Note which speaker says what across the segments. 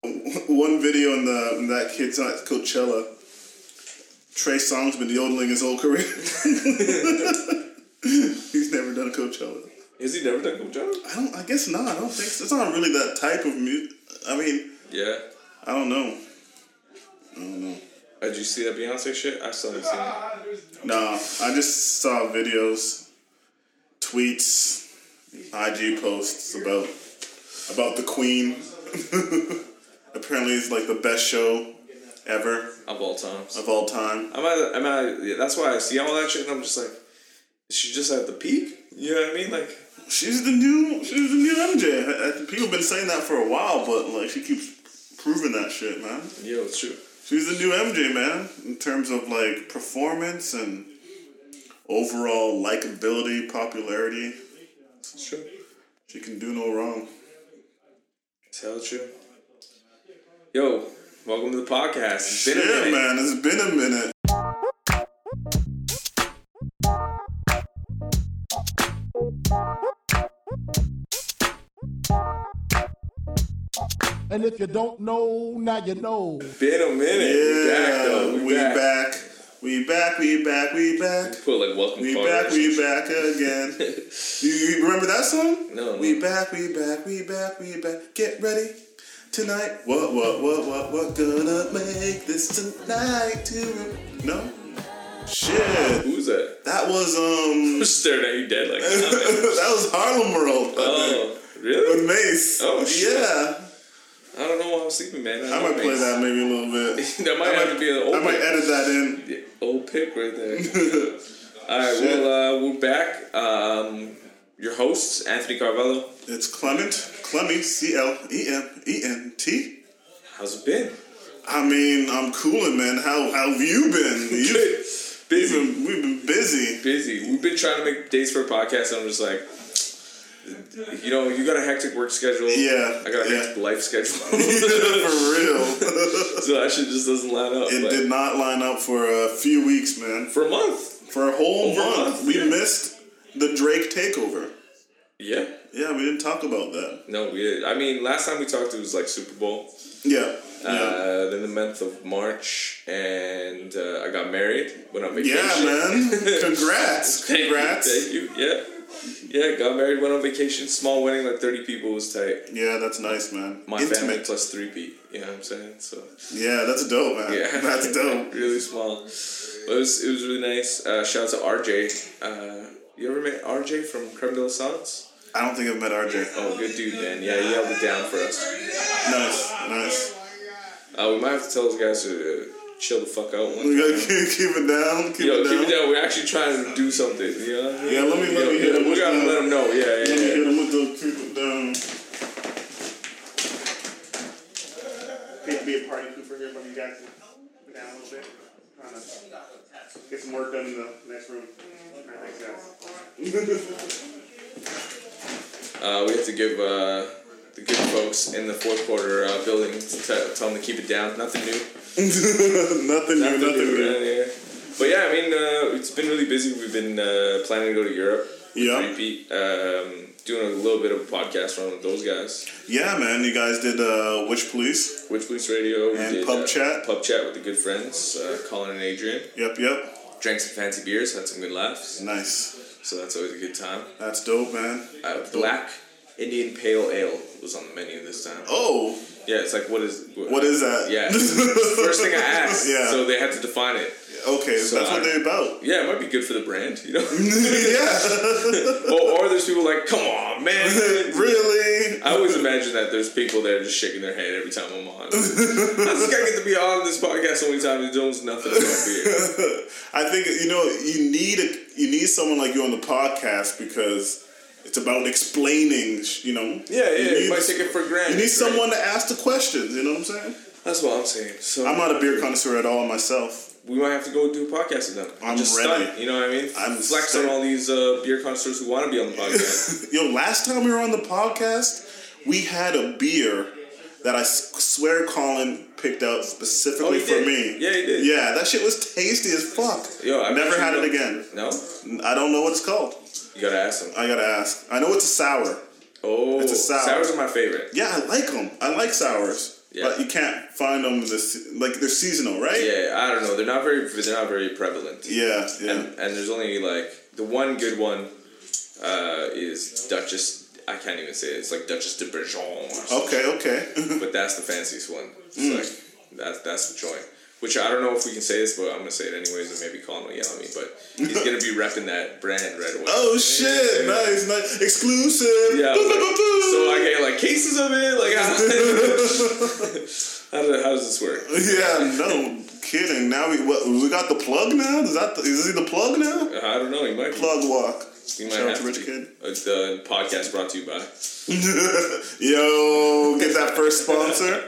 Speaker 1: One video on the on that kid's at Coachella. Trey Song's been yodeling his whole career. He's never done a Coachella.
Speaker 2: Is he never done Coachella?
Speaker 1: I don't. I guess not. I don't think so. it's not really that type of music. I mean,
Speaker 2: Yeah.
Speaker 1: I don't know.
Speaker 2: Did you see that Beyonce shit? I still haven't seen it.
Speaker 1: Nah, I just saw videos, tweets, IG posts about about the Queen. Apparently, it's like the best show ever
Speaker 2: Of all times.
Speaker 1: of all time.
Speaker 2: I'm at, I'm at, yeah, that's why I see all that shit and I'm just like, is she just at the peak? You know what I mean? Like,
Speaker 1: She's the new she's the new MJ. I- I- People have been saying that for a while, but like she keeps proving that shit, man.
Speaker 2: yo, it's true.
Speaker 1: She's the new MJ, man, in terms of like performance and overall likability, popularity.
Speaker 2: It's true.
Speaker 1: She can do no wrong.
Speaker 2: It's hell true. Yo, welcome to the podcast. It's been a
Speaker 1: Yeah,
Speaker 2: minute.
Speaker 1: man, it's been a minute.
Speaker 3: And if you don't know, now you know.
Speaker 2: Been a minute. we back,
Speaker 1: Yeah,
Speaker 2: though.
Speaker 1: we,
Speaker 2: We,
Speaker 1: back. We back, we back, we back.
Speaker 2: Put like welcome
Speaker 1: We
Speaker 2: card
Speaker 1: back,
Speaker 2: or
Speaker 1: we
Speaker 2: some
Speaker 1: back again.
Speaker 2: shit.
Speaker 1: You, you remember that song?
Speaker 2: No, no.
Speaker 1: We back, we back, we back, we back. Get ready tonight. What, what, what, what, what? Gonna make this tonight to. No? Shit.
Speaker 2: Who's that?
Speaker 1: That was, um.
Speaker 2: I'm staring at you dead like,
Speaker 1: that was Harlem World. I think.
Speaker 2: oh, really?
Speaker 1: With Mace.
Speaker 2: Oh, shit.
Speaker 1: Yeah.
Speaker 2: I don't know why I'm sleeping, man.
Speaker 1: I might play that maybe a little bit.
Speaker 2: that might
Speaker 1: I
Speaker 2: have to be an old
Speaker 1: I might
Speaker 2: pick.
Speaker 1: edit that in.
Speaker 2: Yeah, old pick right there. All right, well, uh, we're back. Um, your hosts, Anthony Carvello.
Speaker 1: It's Clement, Clemmy, C L E M E N T.
Speaker 2: How's it been?
Speaker 1: I mean, I'm cooling, man. How, how have you been? You've, we've,
Speaker 2: busy,
Speaker 1: been we've been busy.
Speaker 2: busy. We've been trying to make dates for a podcast, and I'm just like, you know, you got a hectic work schedule.
Speaker 1: Yeah,
Speaker 2: I got a
Speaker 1: yeah.
Speaker 2: hectic life schedule.
Speaker 1: For real.
Speaker 2: so that shit just doesn't line up.
Speaker 1: It
Speaker 2: but
Speaker 1: did not line up for a few weeks, man.
Speaker 2: for a month.
Speaker 1: For a whole
Speaker 2: Over a
Speaker 1: month,
Speaker 2: month,
Speaker 1: we
Speaker 2: yeah.
Speaker 1: missed the Drake takeover.
Speaker 2: Yeah.
Speaker 1: Yeah, we didn't talk about that.
Speaker 2: No, we did. I mean, last time we talked, it was like Super Bowl.
Speaker 1: Yeah. Yeah.
Speaker 2: Uh, then the month of March, and uh, I got married when I'm vacation.
Speaker 1: yeah, man. Congrats.
Speaker 2: Thank you,
Speaker 1: Congrats.
Speaker 2: Thank you. Yeah. Yeah, got married, went on vacation, small wedding, like 30 people was tight.
Speaker 1: Yeah, that's nice, man.
Speaker 2: My family
Speaker 1: Intimate.
Speaker 2: plus three P. You know what I'm saying? So,
Speaker 1: Yeah, that's dope, man.
Speaker 2: yeah.
Speaker 1: That's dope.
Speaker 2: really small. But it was, it was really nice. Uh, shout out to RJ. Uh, you ever met RJ from Creme de la Sance?
Speaker 1: I don't think I've met RJ.
Speaker 2: Oh, good dude, man. Yeah, he held it down for us.
Speaker 1: Nice, nice.
Speaker 2: Uh, we might have to tell those guys to uh, chill the fuck out one
Speaker 1: We
Speaker 2: time.
Speaker 1: gotta keep, keep it down, keep
Speaker 2: Yo,
Speaker 1: it down.
Speaker 2: keep it down. We're actually trying to do something. You know?
Speaker 1: Yeah, let me- let
Speaker 2: Yo,
Speaker 1: me hit him
Speaker 2: We
Speaker 1: with
Speaker 2: gotta
Speaker 1: the-
Speaker 2: let them know.
Speaker 1: Let
Speaker 2: Yeah,
Speaker 1: me
Speaker 2: yeah,
Speaker 1: hit
Speaker 2: yeah.
Speaker 1: him with the keep it down.
Speaker 4: Hate to be a party pooper here, but you guys can down a little bit. Trying to get some work done in the next room. Alright, thanks guys.
Speaker 2: Uh, we have to give uh, the good folks in the fourth quarter uh, building to tell them to keep it down. Nothing new.
Speaker 1: nothing new,
Speaker 2: Nothing,
Speaker 1: nothing
Speaker 2: new.
Speaker 1: new.
Speaker 2: around here. But yeah, I mean, uh, it's been really busy. We've been uh, planning to go to Europe. with
Speaker 1: Yeah.
Speaker 2: Repeat. Um, doing a little bit of a podcast run with those guys.
Speaker 1: Yeah, man, you guys did uh, Witch Police.
Speaker 2: Witch Police Radio. We
Speaker 1: And
Speaker 2: did,
Speaker 1: Pub
Speaker 2: uh,
Speaker 1: Chat.
Speaker 2: Pub Chat with the good friends, uh, Colin and Adrian.
Speaker 1: Yep, yep.
Speaker 2: Drank some fancy beers, had some good laughs.
Speaker 1: Nice.
Speaker 2: So that's always a good time.
Speaker 1: That's dope, man.
Speaker 2: Uh, black Indian Pale Ale was on the menu this time.
Speaker 1: Oh,
Speaker 2: Yeah, it's like, what is.
Speaker 1: what is that?
Speaker 2: Yeah. First thing I asked.
Speaker 1: Yeah.
Speaker 2: So they had to define it.
Speaker 1: okay,
Speaker 2: So
Speaker 1: that's
Speaker 2: I-
Speaker 1: what they're about.
Speaker 2: Yeah, it might be good for the brand, you know?
Speaker 1: yeah.
Speaker 2: or, or there's people like, come on, man.
Speaker 1: really?
Speaker 2: I always imagine that there's people that are just shaking their head every time I'm on. I just gotta get to be on this podcast so many times. It does nothing about beer.
Speaker 1: I think you know you need a you need someone like you on the podcast because it's about explaining. sh- You know.
Speaker 2: Yeah,
Speaker 1: You
Speaker 2: yeah, you,
Speaker 1: need-
Speaker 2: might take it for granted.
Speaker 1: You need
Speaker 2: right?
Speaker 1: someone to ask the questions. You know what I'm saying?
Speaker 2: That's what I'm saying. So
Speaker 1: I'm not a beer connoisseur at all myself.
Speaker 2: we might have to go do a podcast with them.
Speaker 1: I'm
Speaker 2: just
Speaker 1: ready.
Speaker 2: stunned, you know what I mean?
Speaker 1: I'm
Speaker 2: flex
Speaker 1: stoked.
Speaker 2: on all these uh, beer connoisseurs who want to be on the podcast.
Speaker 1: Yo, last time we were on the podcast, we had a beer that I s- swear Colin picked out
Speaker 2: Oh,
Speaker 1: specifically
Speaker 2: he
Speaker 1: for
Speaker 2: did.
Speaker 1: me.
Speaker 2: Yeah, he did.
Speaker 1: Yeah, that shit was tasty as fuck.
Speaker 2: Yo, I
Speaker 1: never
Speaker 2: bet you
Speaker 1: had it
Speaker 2: don't-
Speaker 1: again.
Speaker 2: No,
Speaker 1: I don't know what it's called.
Speaker 2: you gotta ask them.
Speaker 1: I gotta ask. I know it's a sour.
Speaker 2: Oh,
Speaker 1: It's a sour.
Speaker 2: sours are my favorite.
Speaker 1: Yeah, I like them. I like sours.
Speaker 2: Yeah.
Speaker 1: But you can't find them this like they're seasonal, right?
Speaker 2: Yeah, I don't know. They're not very. They're not very prevalent.
Speaker 1: Yeah, yeah.
Speaker 2: And, and there's only like the one good one uh, is Duchess. I can't even say it. It's like Duchess de
Speaker 1: Oh.
Speaker 2: Bourgogne. Or something.
Speaker 1: okay, okay.
Speaker 2: But that's the fanciest one. It's
Speaker 1: Hmm.
Speaker 2: like that's that's the joint. Which I don't know if we can say this, but I'm gonna say it anyways, and maybe Colin will yell at me. But he's gonna be repping that brand right away.
Speaker 1: oh shit! Nice, nice, exclusive.
Speaker 2: Yeah.
Speaker 1: Boo,
Speaker 2: like,
Speaker 1: boo, boo, boo.
Speaker 2: so I get like cases of it. Like how, how, do- how does this work?
Speaker 1: yeah, no kidding. Now we what we got the plug now. Is that the, is he the plug now?
Speaker 2: I don't know. He might. Be,
Speaker 1: Plug walk.
Speaker 2: he might
Speaker 1: Shout out
Speaker 2: have
Speaker 1: to
Speaker 2: to
Speaker 1: Rich
Speaker 2: be.
Speaker 1: Kid.
Speaker 2: Uh, The podcast brought to you by.
Speaker 1: Yo, get that first sponsor.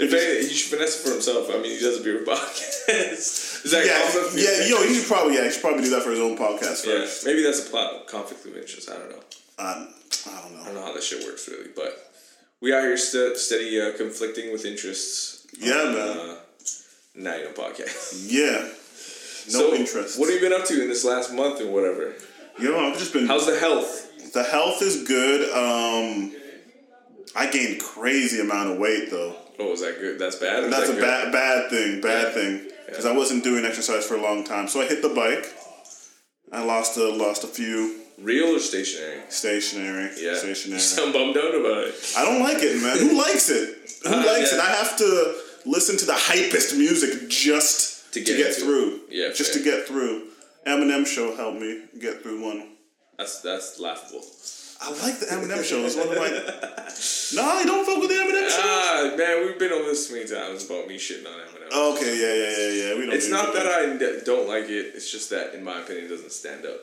Speaker 2: If anything, he should finesse it for himself. I mean, he does a beer podcast. Is that
Speaker 1: Yeah,
Speaker 2: conflict?
Speaker 1: yeah, yo, he should probably yeah, he should probably do that for his own podcast
Speaker 2: Yeah,
Speaker 1: first.
Speaker 2: maybe that's a plot conflict of interest. I don't know.
Speaker 1: Um, I don't
Speaker 2: I
Speaker 1: know.
Speaker 2: don't know how that shit works really, but we out here st- steady uh, conflicting with interests.
Speaker 1: Yeah, man.
Speaker 2: Uh, now you know podcast.
Speaker 1: Yeah. No
Speaker 2: so,
Speaker 1: interest.
Speaker 2: What have you been up to in this last month or whatever?
Speaker 1: Yo, I've just been.
Speaker 2: How's the health?
Speaker 1: the health is good. Um, I gained crazy amount of weight though.
Speaker 2: Oh, was that good? That's bad. or is
Speaker 1: That's
Speaker 2: that
Speaker 1: a bad
Speaker 2: good?
Speaker 1: bad thing. Bad thing because I wasn't doing exercise for a long time. So I hit the bike. I lost a lost a few
Speaker 2: Real or stationary?
Speaker 1: stationary.
Speaker 2: Yeah.
Speaker 1: Stationary.
Speaker 2: You sound bummed out about it.
Speaker 1: I don't like it, man. Who likes it? Who
Speaker 2: Uh,
Speaker 1: likes
Speaker 2: yeah.
Speaker 1: it? I have to listen to the hypest music just to
Speaker 2: To get
Speaker 1: get,
Speaker 2: into it.
Speaker 1: through.
Speaker 2: Yeah,
Speaker 1: just
Speaker 2: fair.
Speaker 1: to get through. Eminem show helped me get through one.
Speaker 2: That's that's laughable.
Speaker 1: I like the Eminem show. It's one of my. No, I don't fuck with the Eminem show.
Speaker 2: Ah, man, we've been over this many times about me shitting on Eminem.
Speaker 1: Okay, yeah, yeah, yeah, yeah. We Oh, don't.
Speaker 2: It's not that I n- don't like it. It's just that, in my opinion, it doesn't stand up.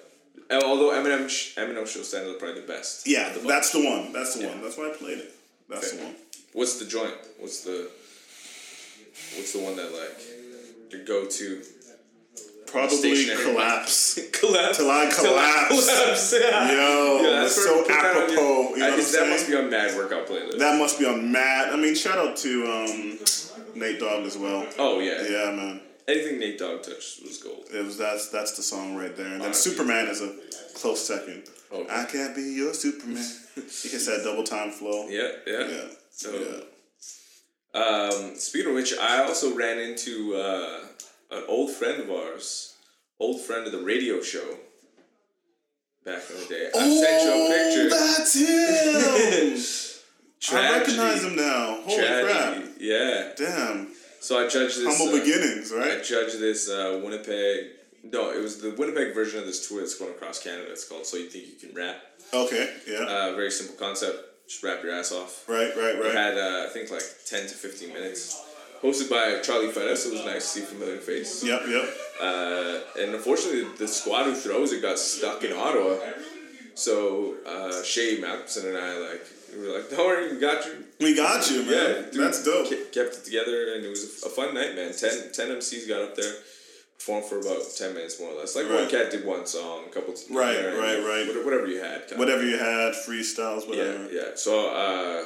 Speaker 2: Uh, Although Eminem, sh- Eminem show stands up probably the best.
Speaker 1: Yeah,
Speaker 2: The
Speaker 1: that's the one. That's the one. That's why I played it. That's
Speaker 2: Fair.
Speaker 1: the one.
Speaker 2: What's the joint? What's the What's the one that like your go to?
Speaker 1: Probably
Speaker 2: Stationary.
Speaker 1: collapse.
Speaker 2: collapse.
Speaker 1: Till I collapse.
Speaker 2: collapse. Yeah.
Speaker 1: Yo,
Speaker 2: Yeah,
Speaker 1: that's
Speaker 2: where-
Speaker 1: so
Speaker 2: put that on your-
Speaker 1: apropos. You know
Speaker 2: I-
Speaker 1: what I'm
Speaker 2: that
Speaker 1: saying?
Speaker 2: must be on Mad Workout playlist.
Speaker 1: That must be on Matt. I mean, shout out to um, Nate Dogg as well.
Speaker 2: oh yeah.
Speaker 1: Yeah, man.
Speaker 2: Anything Nate Dogg touched was gold.
Speaker 1: It was that's that's the song right there. And then
Speaker 2: R.I.P.
Speaker 1: Superman is a close second.
Speaker 2: Okay.
Speaker 1: I can't be your Superman. he gets that double time flow.
Speaker 2: Yeah, yeah.
Speaker 1: Yeah.
Speaker 2: So,
Speaker 1: yeah.
Speaker 2: Um, speaking of which, I also ran into uh, an old friend of ours, old friend of the radio show. Back in the day, I sent you a picture.
Speaker 1: that's him. I recognize him now. Holy
Speaker 2: Tragedy.
Speaker 1: crap!
Speaker 2: Yeah.
Speaker 1: Damn,
Speaker 2: So I judged this.
Speaker 1: humble
Speaker 2: uh,
Speaker 1: beginnings,
Speaker 2: I
Speaker 1: right?
Speaker 2: judged this uh, Winnipeg. No, it was the Winnipeg version of this tour that's going across Canada. It's called "So You Think You Can Rap."
Speaker 1: Okay, yeah,
Speaker 2: Uh, very simple concept. Just rap your ass off.
Speaker 1: right, right,
Speaker 2: We
Speaker 1: right.
Speaker 2: had uh, I think like ten to fifteen minutes. Hosted by Charlie Fettis, it was nice to see a familiar face.
Speaker 1: Yep, yep.
Speaker 2: Uh, and unfortunately, the squad who throws it got stuck in Ottawa. So uh, Shay Malcolmson and I like we were like, "Don't worry, we got you."
Speaker 1: We got you, man.
Speaker 2: dude,
Speaker 1: that's dope.
Speaker 2: ke- Kept it together, and it was a fun night, man. 10, 10 MCs got up there, performed for about ten minutes more or less. Like one
Speaker 1: Right.
Speaker 2: cat did one song, a couple.
Speaker 1: Right,
Speaker 2: you know,
Speaker 1: right, right.
Speaker 2: what- Whatever you had. kinda.
Speaker 1: Whatever you had, freestyles,
Speaker 2: Yeah,
Speaker 1: whatever.
Speaker 2: yeah. So uh,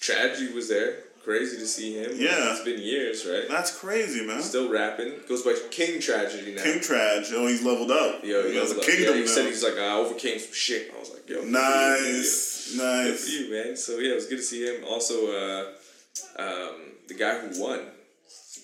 Speaker 2: tragedy was there. Crazy to see him.
Speaker 1: Yeah.
Speaker 2: it's been years, right?
Speaker 1: That's crazy, man.
Speaker 2: Still rapping. Goes by King Tragedy now.
Speaker 1: King Traj, oh, he's leveled up.
Speaker 2: Yo,
Speaker 1: he
Speaker 2: yo,
Speaker 1: has a
Speaker 2: like,
Speaker 1: kingdom
Speaker 2: yeah,
Speaker 1: now.
Speaker 2: he said he's like I overcame some shit. I was like, yo,
Speaker 1: nice, nice.
Speaker 2: good for you, good for you, man. So yeah, it was good to see him. Also, uh, um, the guy who won.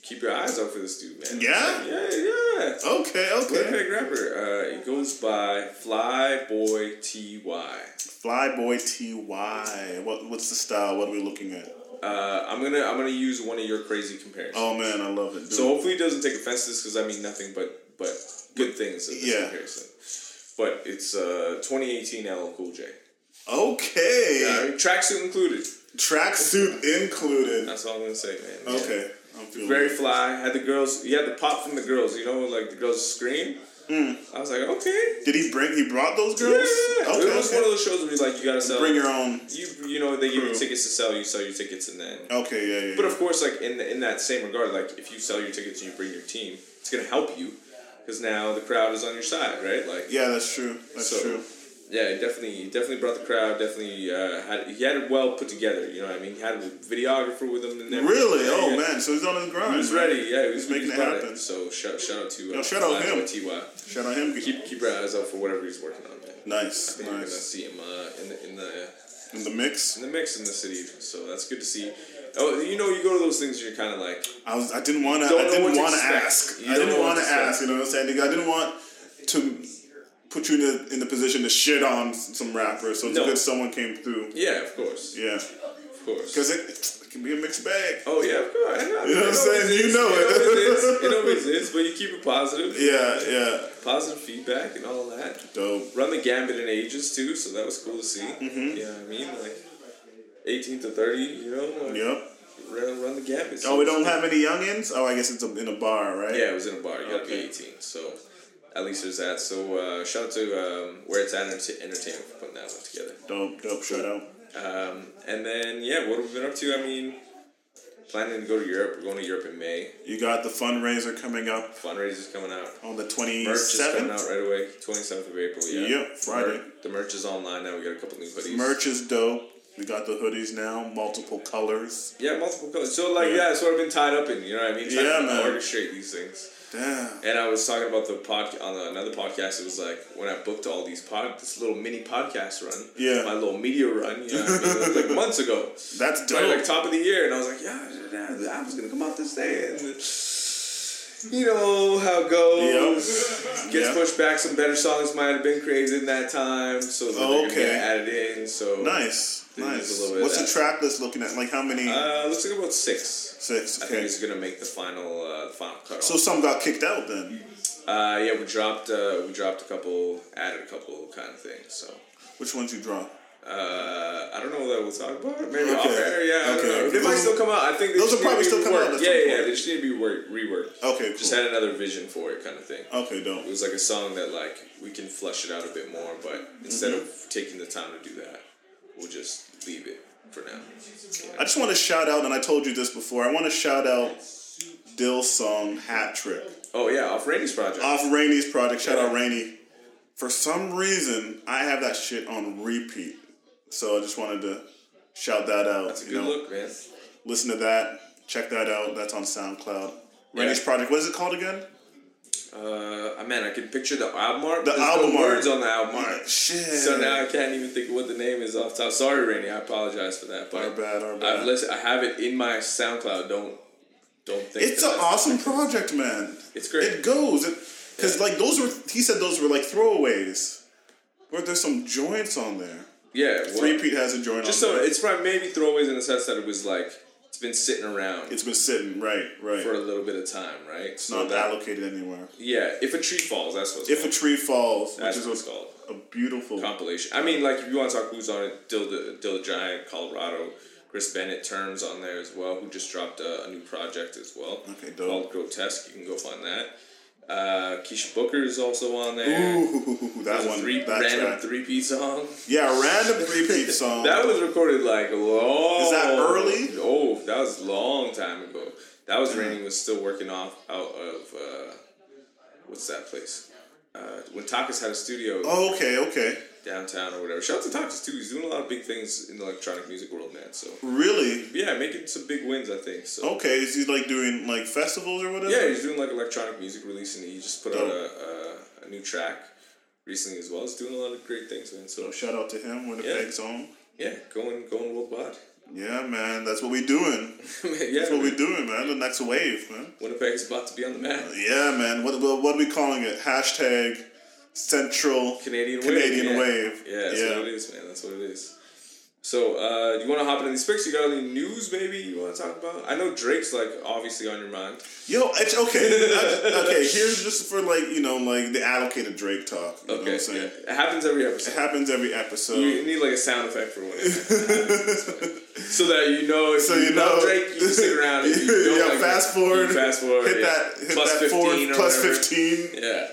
Speaker 2: Keep your eyes out for this dude, man.
Speaker 1: Yeah?
Speaker 2: yeah, yeah.
Speaker 1: Okay, okay.
Speaker 2: Winnipeg rapper. Uh, it goes by Flyboy T Y.
Speaker 1: Flyboy Ty. What what's the style? What are we looking at?
Speaker 2: Uh, I'm gonna I'm gonna use one of your crazy comparisons.
Speaker 1: Oh man, I love it. Dude.
Speaker 2: So hopefully he doesn't take offense to this because I mean nothing but but good things in this
Speaker 1: Yeah.
Speaker 2: comparison. But it's uh, 2018 LL Cool J.
Speaker 1: okay,
Speaker 2: Uh, tracksuit included.
Speaker 1: tracksuit included.
Speaker 2: That's all I'm gonna say, man.
Speaker 1: Okay, I'm feeling
Speaker 2: Very
Speaker 1: it.
Speaker 2: fly. Had the girls. He had the pop from the girls. You know, like the girls scream. I was like, okay.
Speaker 1: Did he bring? He brought those
Speaker 2: Yeah, yeah,
Speaker 1: Mm. girls.
Speaker 2: yeah.
Speaker 1: Okay,
Speaker 2: it was
Speaker 1: okay.
Speaker 2: one of those uh, shows where he's like, you gotta sell.
Speaker 1: Bring your own.
Speaker 2: you you know they give you
Speaker 1: Crew.
Speaker 2: tickets to sell. You sell your tickets and then.
Speaker 1: Okay, yeah, yeah. yeah.
Speaker 2: But of course, like in the, in that same regard, like if you sell your tickets and you bring your team, it's gonna help you because now the crowd is on your side, right? Like
Speaker 1: yeah, that's true. That's
Speaker 2: So-
Speaker 1: true.
Speaker 2: yeah, he definitely, he definitely brought the crowd. Definitely uh, had he had it well put together. You know, what I mean, he had a videographer with him. And everything.
Speaker 1: Really?
Speaker 2: Yeah,
Speaker 1: Oh
Speaker 2: yeah.
Speaker 1: man, so he's on his grind.
Speaker 2: he was
Speaker 1: man.
Speaker 2: ready. Yeah, he was
Speaker 1: He's making
Speaker 2: he's
Speaker 1: it
Speaker 2: about
Speaker 1: happen.
Speaker 2: So shout, shout out to uh,
Speaker 1: Yo, shout out
Speaker 2: Flyboy
Speaker 1: him.
Speaker 2: Ty.
Speaker 1: Shout out him.
Speaker 2: Keep keep your eyes out for whatever he's working on. Man. I
Speaker 1: nice,
Speaker 2: think we're gonna
Speaker 1: nice.
Speaker 2: see him uh, in the in the
Speaker 1: In the mix.
Speaker 2: in the mix in the city. So that's good to see. Oh, you know, you go to those things. You're kind of like,
Speaker 1: I was I didn't want to
Speaker 2: Don't
Speaker 1: I
Speaker 2: know what
Speaker 1: didn't
Speaker 2: to
Speaker 1: want to
Speaker 2: expect.
Speaker 1: ask.
Speaker 2: You
Speaker 1: I
Speaker 2: don't
Speaker 1: didn't
Speaker 2: know what
Speaker 1: want to
Speaker 2: to expect.
Speaker 1: ask. You know what I'm saying? I didn't want to put you in the in the position to shit on s- some rapper. So it's
Speaker 2: No.
Speaker 1: good someone came through.
Speaker 2: yeah, of course,
Speaker 1: Yeah,
Speaker 2: of course.
Speaker 1: because it, it can be a mixed bag.
Speaker 2: Oh yeah, of course. I
Speaker 1: You know what I'm saying? You know
Speaker 2: It
Speaker 1: it.
Speaker 2: always is. It always is. But you keep it positive.
Speaker 1: Yeah, yeah,
Speaker 2: Positive feedback and all that.
Speaker 1: dope.
Speaker 2: Run the gambit in ages too, so that was cool to see. Mm-hmm. Yeah, I mean like. 18 to 30, you know, like,
Speaker 1: Yep.
Speaker 2: run, run the gambit.
Speaker 1: Oh, we don't have any youngins. Oh, I guess it's a, in a bar, right?
Speaker 2: Yeah, it was in a bar. You got to be
Speaker 1: Okay.
Speaker 2: 18, so at least there's that. So uh, shout out to um, where it's at Enter- entertainment for putting that one together.
Speaker 1: Dope, dope. Shout out.
Speaker 2: Um, and then yeah, what have we been up to? I mean, planning to go to Europe. We're going to Europe in May.
Speaker 1: You got the fundraiser coming up
Speaker 2: Fundraiser's coming out.
Speaker 1: on the
Speaker 2: Merch is coming
Speaker 1: 27th.
Speaker 2: out right away. 27th of April. Yeah.
Speaker 1: Yep, Friday.
Speaker 2: Mer- The merch is online now. We got a couple new hoodies.
Speaker 1: Merch is dope. We got the hoodies now, multiple colors.
Speaker 2: Yeah, multiple colors. So like yeah,
Speaker 1: Yeah.
Speaker 2: that's what I've been tied up in. You know what I mean? Trying
Speaker 1: Yeah,
Speaker 2: to
Speaker 1: man.
Speaker 2: orchestrate these things.
Speaker 1: Damn.
Speaker 2: And I was talking about the pod on another podcast. It was like when I booked all these pod, this little mini podcast run.
Speaker 1: Yeah.
Speaker 2: My little media run. You know what I mean? It was like months ago.
Speaker 1: That's
Speaker 2: Right,
Speaker 1: dope.
Speaker 2: like top of the year, and I was like, yeah, yeah, the album's gonna come out this day, and you know how it goes. Gets
Speaker 1: Yep.
Speaker 2: pushed back. Some better songs might have been created in that time, so then
Speaker 1: Oh,
Speaker 2: they're gonna get
Speaker 1: okay.
Speaker 2: added in. So
Speaker 1: Nice,
Speaker 2: They use a
Speaker 1: nice.
Speaker 2: little bit of
Speaker 1: What's the
Speaker 2: that.
Speaker 1: track list looking at? Like how many?
Speaker 2: Uh, looks like about six.
Speaker 1: Six.
Speaker 2: I think
Speaker 1: Okay.
Speaker 2: it's gonna make the final uh, final cutoff.
Speaker 1: So some got kicked out then,
Speaker 2: Uh, yeah, we dropped uh, we dropped a couple, added a couple kind of things. So
Speaker 1: which ones you draw?
Speaker 2: uh, I don't know that we'll talk about it. Maybe
Speaker 1: Okay.
Speaker 2: off air. Yeah, I
Speaker 1: Okay.
Speaker 2: don't know. They might
Speaker 1: Those-
Speaker 2: still come out. I think they
Speaker 1: those will
Speaker 2: just
Speaker 1: probably
Speaker 2: need to be
Speaker 1: still come out
Speaker 2: reworked.
Speaker 1: at
Speaker 2: Yeah,
Speaker 1: some
Speaker 2: yeah,
Speaker 1: point.
Speaker 2: they just need to be work- reworked.
Speaker 1: Okay, cool.
Speaker 2: Just had another vision for it, kind of thing.
Speaker 1: Okay,
Speaker 2: It
Speaker 1: dope.
Speaker 2: was like a song that like we can flush it out a bit more, but instead
Speaker 1: Mm-hmm.
Speaker 2: of taking the time to do that, we'll just leave it for now.
Speaker 1: I just want to shout out, and I told you this before. I want to shout out Dill's song "Hat Trick"
Speaker 2: Oh yeah, off Randy's project.
Speaker 1: off Rainey's project. Shout out
Speaker 2: Yeah.
Speaker 1: Rainey. For some reason, I have that shit on repeat, so I just wanted to shout that out.
Speaker 2: That's a good look, man.
Speaker 1: Listen to that. Check that out. That's on SoundCloud. Rainey's
Speaker 2: Yeah.
Speaker 1: project. What is it called again?
Speaker 2: Uh, man, I can picture the album art.
Speaker 1: The
Speaker 2: There's
Speaker 1: album
Speaker 2: no
Speaker 1: art.
Speaker 2: words on the album art.
Speaker 1: Shit.
Speaker 2: So now I can't even think of what the name is off top. Sorry, Rainy, I apologize for that. But
Speaker 1: Our bad, our
Speaker 2: I've
Speaker 1: bad.
Speaker 2: listened, I have it in my SoundCloud. Don't don't think
Speaker 1: It's
Speaker 2: that
Speaker 1: an
Speaker 2: that's-
Speaker 1: awesome project, man.
Speaker 2: It's great.
Speaker 1: It goes. It because like those were he said those were like throwaways, but there's some joints on there.
Speaker 2: Yeah, well,
Speaker 1: Three Pete has a joint
Speaker 2: Just
Speaker 1: on
Speaker 2: so
Speaker 1: there.
Speaker 2: it's probably maybe throwaways in the sense that it was like it's been sitting around
Speaker 1: it's been sitting right, right.
Speaker 2: for a little bit of time, right?
Speaker 1: it's not allocated anywhere.
Speaker 2: Yeah, if a tree falls, that's what it's
Speaker 1: If a
Speaker 2: called.
Speaker 1: tree falls,
Speaker 2: that's
Speaker 1: which
Speaker 2: what it's
Speaker 1: is
Speaker 2: called.
Speaker 1: a, a beautiful.
Speaker 2: Compilation. I mean, like if you want to talk who's on it, Dill the Dill the Giant, Colorado, Chris Bennett, Terms on there as well, who just dropped a, a new project as well.
Speaker 1: Okay, dope.
Speaker 2: Called Grotesque. You can go find that. Uh, Keisha Booker is also on there.
Speaker 1: Ooh, that
Speaker 2: There's a
Speaker 1: one.
Speaker 2: three
Speaker 1: that
Speaker 2: random
Speaker 1: track.
Speaker 2: three piece song.
Speaker 1: yeah, a random three Pete song.
Speaker 2: That was recorded like long.
Speaker 1: Oh. Is that early?
Speaker 2: Oh, that was a long time ago. That was Rainy was still working off out of uh, what's that place? Uh, when Takas had a studio
Speaker 1: Oh, okay, okay.
Speaker 2: downtown or whatever. Shout out to Takas too. He's doing a lot of big things in the electronic music world, man. So
Speaker 1: Really?
Speaker 2: yeah, making some big wins, I think. So
Speaker 1: Okay, is he like doing like festivals or whatever?
Speaker 2: yeah, he's doing like electronic music release, and he just put out
Speaker 1: Dope.
Speaker 2: a, a, a new track recently as well. He's doing a lot of great things, man. So
Speaker 1: Shout out to him, Winnipeg's own.
Speaker 2: yeah, going going worldwide.
Speaker 1: Yeah, man, that's what we doing.
Speaker 2: yeah,
Speaker 1: That's what we doing, man. The next wave, man.
Speaker 2: Winnipeg is about to be on the map.
Speaker 1: Yeah, man. What what, what are we calling it? Hashtag Central
Speaker 2: Canadian,
Speaker 1: Canadian
Speaker 2: wave.
Speaker 1: wave.
Speaker 2: Yeah, that's
Speaker 1: Yeah.
Speaker 2: what it is, man. That's what it is. So, uh, you want to hop into these picks? You got any news, maybe? You want to talk about? I know Drake's like obviously on your mind.
Speaker 1: Yo, it's okay. I- okay, here's just for like you know like the allocated Drake talk. You know what
Speaker 2: Okay,
Speaker 1: I'm saying?
Speaker 2: yeah. it happens every
Speaker 1: It
Speaker 2: episode.
Speaker 1: happens every episode.
Speaker 2: You need like a sound effect for one, so that you know if
Speaker 1: So
Speaker 2: you,
Speaker 1: you
Speaker 2: love
Speaker 1: know.
Speaker 2: Drake, you sit around. And you don't
Speaker 1: yeah,
Speaker 2: like
Speaker 1: fast
Speaker 2: Drake, you
Speaker 1: forward.
Speaker 2: Fast forward.
Speaker 1: Hit
Speaker 2: yeah.
Speaker 1: that. Hit
Speaker 2: Plus
Speaker 1: that forward.
Speaker 2: 15 or
Speaker 1: plus
Speaker 2: whatever.
Speaker 1: fifteen.
Speaker 2: Yeah.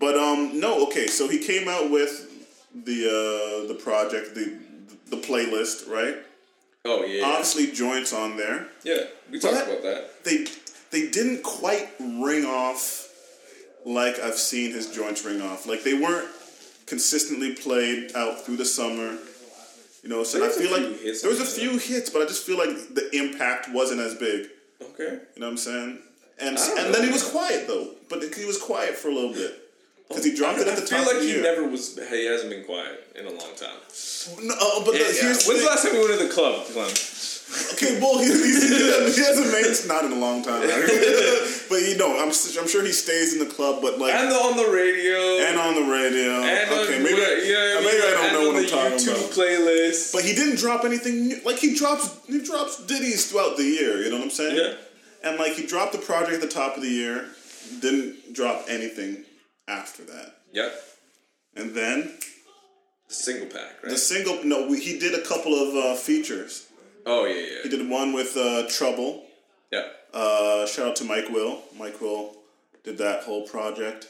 Speaker 1: But um, no, okay. So he came out with the uh the project, the the playlist, right?
Speaker 2: Oh yeah. Yeah.
Speaker 1: Obviously, joints on there.
Speaker 2: yeah. We talked
Speaker 1: But-
Speaker 2: about that.
Speaker 1: they they didn't quite ring off like I've seen his joints ring off. Like they weren't consistently played out through the summer. You know, so I
Speaker 2: There's a
Speaker 1: feel
Speaker 2: few
Speaker 1: like
Speaker 2: hits
Speaker 1: there was
Speaker 2: on
Speaker 1: a
Speaker 2: that.
Speaker 1: few hits, but I just feel like the impact wasn't as big.
Speaker 2: Okay.
Speaker 1: You know what I'm saying? And
Speaker 2: I don't
Speaker 1: and
Speaker 2: know.
Speaker 1: then he was quiet though, but he was quiet for a little bit. Because he dropped it at the
Speaker 2: I feel
Speaker 1: top
Speaker 2: like
Speaker 1: of the
Speaker 2: he
Speaker 1: year.
Speaker 2: never was. He hasn't been quiet in a long time.
Speaker 1: No, uh, but the,
Speaker 2: Yeah, yeah.
Speaker 1: here's
Speaker 2: When's
Speaker 1: the
Speaker 2: the
Speaker 1: thing.
Speaker 2: last time we went to the club, Clem?
Speaker 1: Okay, well, he, he's, he hasn't made it's not in a long time. but you know, I'm s- I'm sure he stays in the club, but like
Speaker 2: And the, on the radio.
Speaker 1: and on the radio.
Speaker 2: and
Speaker 1: okay,
Speaker 2: on,
Speaker 1: maybe uh,
Speaker 2: yeah,
Speaker 1: maybe I don't
Speaker 2: and
Speaker 1: know
Speaker 2: on
Speaker 1: what I'm
Speaker 2: the
Speaker 1: talking
Speaker 2: YouTube
Speaker 1: about.
Speaker 2: playlist.
Speaker 1: But he didn't drop anything new. Like he drops he drops ditties throughout the year. You know what I'm saying?
Speaker 2: Yeah.
Speaker 1: And like he dropped the project at the top of the year, didn't drop anything after that.
Speaker 2: Yep.
Speaker 1: And then
Speaker 2: The single pack, right?
Speaker 1: the single. No, we, he did a couple of uh, features.
Speaker 2: oh yeah,
Speaker 1: He
Speaker 2: yeah,
Speaker 1: did one with uh, Trouble.
Speaker 2: yeah.
Speaker 1: Uh, shout out to Mike Will. Mike Will did that whole project.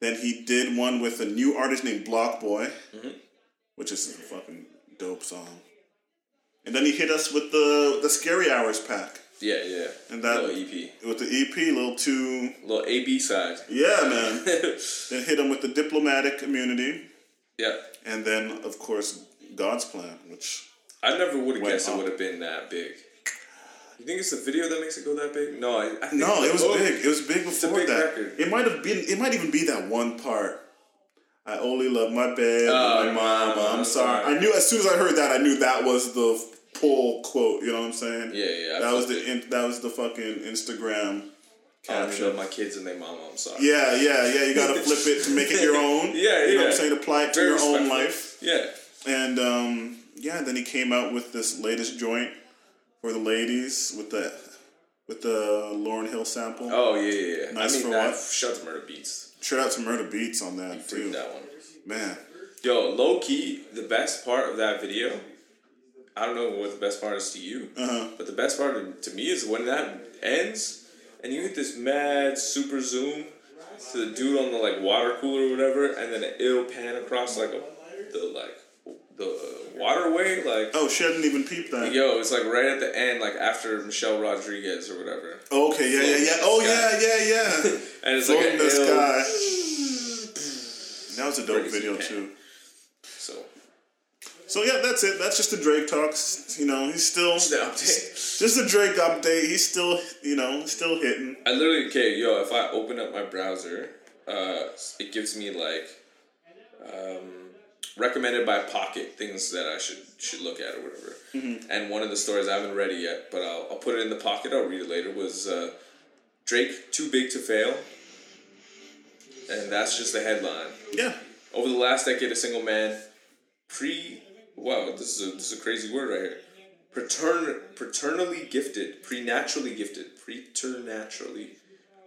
Speaker 1: Then he did one with a new artist named Block Boy, which is a fucking dope song. And then he hit us with the the Scary Hours pack
Speaker 2: Yeah, yeah.
Speaker 1: And that-
Speaker 2: little EP,
Speaker 1: with the E EP, little two.
Speaker 2: little AB side.
Speaker 1: Yeah, man. then hit him with the Diplomatic Immunity,
Speaker 2: yeah.
Speaker 1: and then of course God's Plan, which
Speaker 2: I never would have
Speaker 1: Went
Speaker 2: guessed
Speaker 1: up.
Speaker 2: it would have been that big. You think it's the video that makes it go that big? No, I, I think
Speaker 1: no,
Speaker 2: the
Speaker 1: it was
Speaker 2: hook-
Speaker 1: big. It was big
Speaker 2: Oh. a
Speaker 1: before
Speaker 2: big
Speaker 1: that.
Speaker 2: record.
Speaker 1: It might have been. It might even be that one part. I only love my bed,
Speaker 2: Oh,
Speaker 1: and my mama.
Speaker 2: mama,
Speaker 1: I'm sorry.
Speaker 2: sorry.
Speaker 1: I knew as soon as I heard that, I knew that was the f- pull quote. You know what I'm saying?
Speaker 2: Yeah, yeah, I
Speaker 1: that was
Speaker 2: flipped
Speaker 1: the in, that was the fucking Instagram
Speaker 2: I only
Speaker 1: caption.
Speaker 2: love my kids and their mama. I'm sorry.
Speaker 1: yeah, yeah, yeah. You gotta flip it to make it your own.
Speaker 2: Yeah,
Speaker 1: You know what
Speaker 2: yeah.
Speaker 1: I'm saying? Apply it to
Speaker 2: Very
Speaker 1: your own
Speaker 2: respectful.
Speaker 1: life.
Speaker 2: Yeah.
Speaker 1: And um, yeah, then he came out with this latest joint for the ladies with the with the Lauren Hill sample.
Speaker 2: Oh yeah, yeah. yeah.
Speaker 1: Nice
Speaker 2: I mean,
Speaker 1: for
Speaker 2: that
Speaker 1: what?
Speaker 2: Shut the Murder Beats.
Speaker 1: Shout out to Murder Beats on that
Speaker 2: Freak
Speaker 1: too.
Speaker 2: that one.
Speaker 1: Man,
Speaker 2: Yo, low key, the best part of that video. I don't know what the best part is to you,
Speaker 1: Uh-huh.
Speaker 2: but the best part to me is when that ends and you hit this mad super zoom to the dude on the like water cooler or whatever, and then it'll pan across like a the like the waterway. Like,
Speaker 1: oh shit, I didn't even peep that.
Speaker 2: yo, it's like right at the end, like after Michelle Rodriguez or whatever,
Speaker 1: Oh, okay, yeah, yeah, yeah. Oh yeah, yeah, yeah.
Speaker 2: and it's
Speaker 1: Floating
Speaker 2: like a
Speaker 1: the
Speaker 2: ill-
Speaker 1: sky. That was a dope
Speaker 2: Crazy
Speaker 1: video
Speaker 2: pan.
Speaker 1: too.
Speaker 2: So
Speaker 1: So yeah, that's it. That's just the Drake talks. You know, he's still
Speaker 2: the update.
Speaker 1: just the Drake update. He's still, you know, still hitting.
Speaker 2: I literally okay, yo. If I open up my browser, uh, it gives me like um, recommended by Pocket things that I should should look at or whatever. And one of the stories I haven't read it yet, but I'll, I'll put it in the pocket. I'll read it later. Was uh, Drake too big to fail? And that's just the headline.
Speaker 1: Yeah,
Speaker 2: Over the last decade, a single man pre wow, this is a, this is a crazy word right here. Patern, paternally gifted, prenaturally gifted, preternaturally.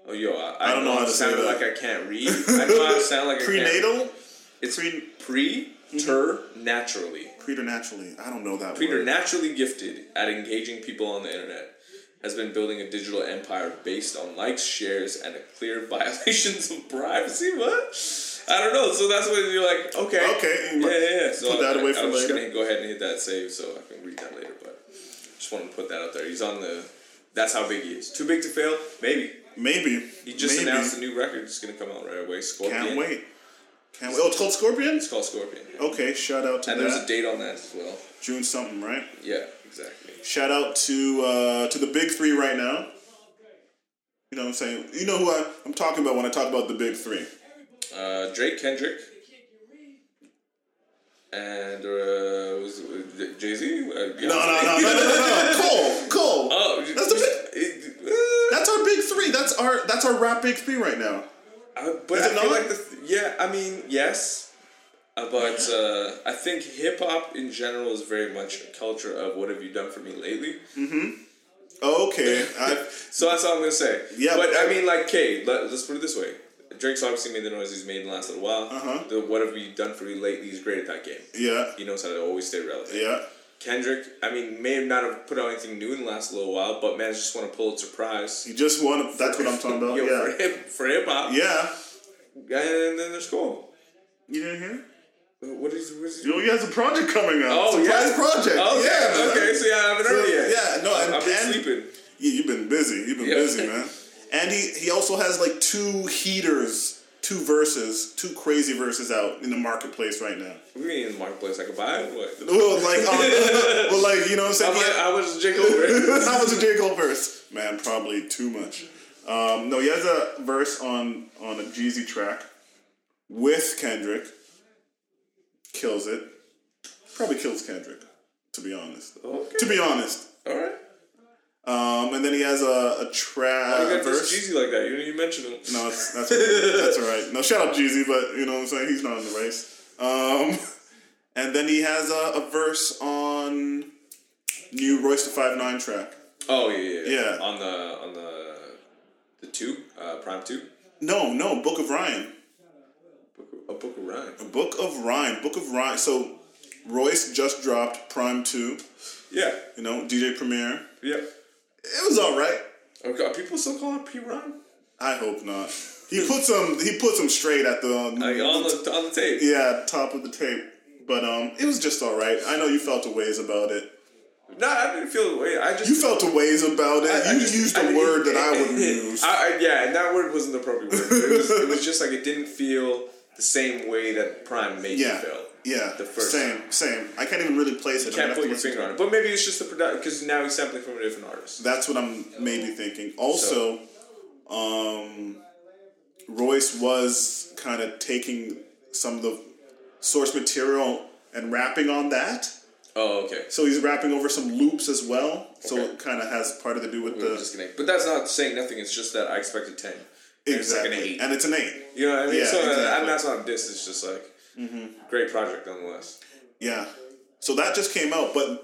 Speaker 2: Oh yo, I, I,
Speaker 1: don't know how
Speaker 2: I
Speaker 1: to say
Speaker 2: sound
Speaker 1: that.
Speaker 2: like I can't read. I know I sound like I Can't.
Speaker 1: prenatal,
Speaker 2: It's
Speaker 1: pre-
Speaker 2: pre ter naturally.
Speaker 1: preternaturally. I don't know that word.
Speaker 2: Preternaturally gifted at engaging people on the internet has been building a digital empire based on likes, shares, and a clear violations of privacy. What? I don't know. So that's when you're like, okay,
Speaker 1: Okay,
Speaker 2: yeah, yeah. yeah. So
Speaker 1: put that
Speaker 2: I,
Speaker 1: away for
Speaker 2: I'm just
Speaker 1: later.
Speaker 2: gonna go ahead and hit that save so I can read that later. But just want to put that out there. He's on the. That's how big he is. Too big to fail? Maybe.
Speaker 1: Maybe.
Speaker 2: He just
Speaker 1: Maybe.
Speaker 2: announced a new record. It's gonna come out right away. Scorpion.
Speaker 1: Can't wait. Can't wait. Oh, it's called Scorpions?
Speaker 2: It's called Scorpion. yeah.
Speaker 1: Okay, shout out to
Speaker 2: And there's
Speaker 1: that.
Speaker 2: a date on that as well.
Speaker 1: June something, right?
Speaker 2: Yeah, exactly.
Speaker 1: Shout out to uh, to the big three right now. You know what I'm saying? You know who I, I'm talking about when I talk about the big three.
Speaker 2: uh, Drake Kendrick and uh, was Jay Z. Uh,
Speaker 1: No, no, no, no, no, no, no. Cole, Cole.
Speaker 2: Oh,
Speaker 1: that's the big.
Speaker 2: uh,
Speaker 1: That's our big three. That's our that's our rap big three right now.
Speaker 2: but
Speaker 1: Is
Speaker 2: I
Speaker 1: it
Speaker 2: feel
Speaker 1: not?
Speaker 2: like the th- yeah. I mean, yes, uh, but uh, I think hip hop in general is very much a culture of what have you done for me lately.
Speaker 1: Okay, I,
Speaker 2: So that's all I'm gonna say.
Speaker 1: Yeah,
Speaker 2: but,
Speaker 1: but-
Speaker 2: I mean, like, okay, let, let's put it this way. Drake's obviously made the noise he's made in the last little while.
Speaker 1: Uh-huh.
Speaker 2: The what have you done for me lately is great at that game.
Speaker 1: yeah,
Speaker 2: He knows how to always stay relevant.
Speaker 1: yeah.
Speaker 2: Kendrick, I mean, may not have put out anything new in the last little while, but man, I just want to pull a surprise.
Speaker 1: You just want to. That's what I'm talking about.
Speaker 2: Yo,
Speaker 1: Yeah,
Speaker 2: for hip for hip hop.
Speaker 1: yeah.
Speaker 2: And then there's Cole.
Speaker 1: You didn't hear?
Speaker 2: What is what is
Speaker 1: Yo, he has a project coming up.
Speaker 2: Oh
Speaker 1: Surprise
Speaker 2: yeah,
Speaker 1: project.
Speaker 2: Oh
Speaker 1: yeah, man.
Speaker 2: Okay, so yeah, I haven't heard it yet.
Speaker 1: yeah, no, and-
Speaker 2: I've been
Speaker 1: and-
Speaker 2: sleeping.
Speaker 1: Yeah, you've been busy. You've been
Speaker 2: Yeah.
Speaker 1: busy, man. And he, he also has like two heaters, two verses, two crazy verses out in the marketplace right now.
Speaker 2: We mean in the marketplace. I could buy it. What?
Speaker 1: Well, like, on, well, like you know what I'm saying?
Speaker 2: How much?
Speaker 1: Yeah.
Speaker 2: How much is Jake over?
Speaker 1: How much a J Cole verse? Man, probably too much. Um, no, he has a verse on on a Jeezy track. with Kendrick. Kills it. Probably kills Kendrick, to be honest.
Speaker 2: Okay.
Speaker 1: To be honest.
Speaker 2: All right.
Speaker 1: Um, and then he has a, a trap
Speaker 2: You got this
Speaker 1: verse.
Speaker 2: cheesy like that. You didn't even mention him.
Speaker 1: No, it's, that's that's all right. No, shout out Jeezy, but you know what I'm saying. He's not in the race. Um, and then he has a, a verse on new Royce the Five Nine track.
Speaker 2: Oh yeah, yeah.
Speaker 1: Yeah.
Speaker 2: On the on the the tube, uh, prime tube,
Speaker 1: No, no, Book of Ryan.
Speaker 2: book of, a book of rhyme.
Speaker 1: Book of Ryan. Book of Ryan. So Royce just dropped Prime Two.
Speaker 2: Yeah.
Speaker 1: You know, DJ Premier.
Speaker 2: Yeah.
Speaker 1: It was all right.
Speaker 2: Okay. Are Oh, people still calling it P rhyme?
Speaker 1: I hope not. He puts him. He puts him straight at the. uh,
Speaker 2: Like on the on the tape.
Speaker 1: yeah, top of the tape. But um, it was just all right. I know you felt a ways about it.
Speaker 2: No, I didn't feel the way. I just
Speaker 1: You felt a ways about it.
Speaker 2: I- I
Speaker 1: you
Speaker 2: just-
Speaker 1: used
Speaker 2: I-
Speaker 1: a
Speaker 2: it-
Speaker 1: word that I
Speaker 2: it-
Speaker 1: wouldn't use.
Speaker 2: I, I- yeah, and that word wasn't the appropriate word. It was, it was just like it didn't feel the same way that Prime made
Speaker 1: yeah,
Speaker 2: it feel.
Speaker 1: yeah.
Speaker 2: The first
Speaker 1: same, same. I can't even really place it. I'm gonna
Speaker 2: Can't
Speaker 1: have
Speaker 2: put
Speaker 1: to
Speaker 2: your
Speaker 1: listen
Speaker 2: finger
Speaker 1: to
Speaker 2: on it. But maybe it's just the product because now he's sampling from a different
Speaker 1: it.
Speaker 2: artist.
Speaker 1: That's what I'm maybe thinking. Also, um, Royce was kind of taking some of the source material and rapping on that.
Speaker 2: Oh, okay.
Speaker 1: So he's rapping over some loops as well. So
Speaker 2: Okay.
Speaker 1: it kind of has part of to do with
Speaker 2: I'm
Speaker 1: the
Speaker 2: just kidding. But that's not saying nothing. It's just that I expected ten. And It's like an eight.
Speaker 1: and it's an eight.
Speaker 2: you know what I mean?
Speaker 1: Yeah,
Speaker 2: so uh,
Speaker 1: exactly. Mm-hmm.
Speaker 2: I'm that's not a diss. It's just like great project nonetheless.
Speaker 1: Yeah. So that just came out, but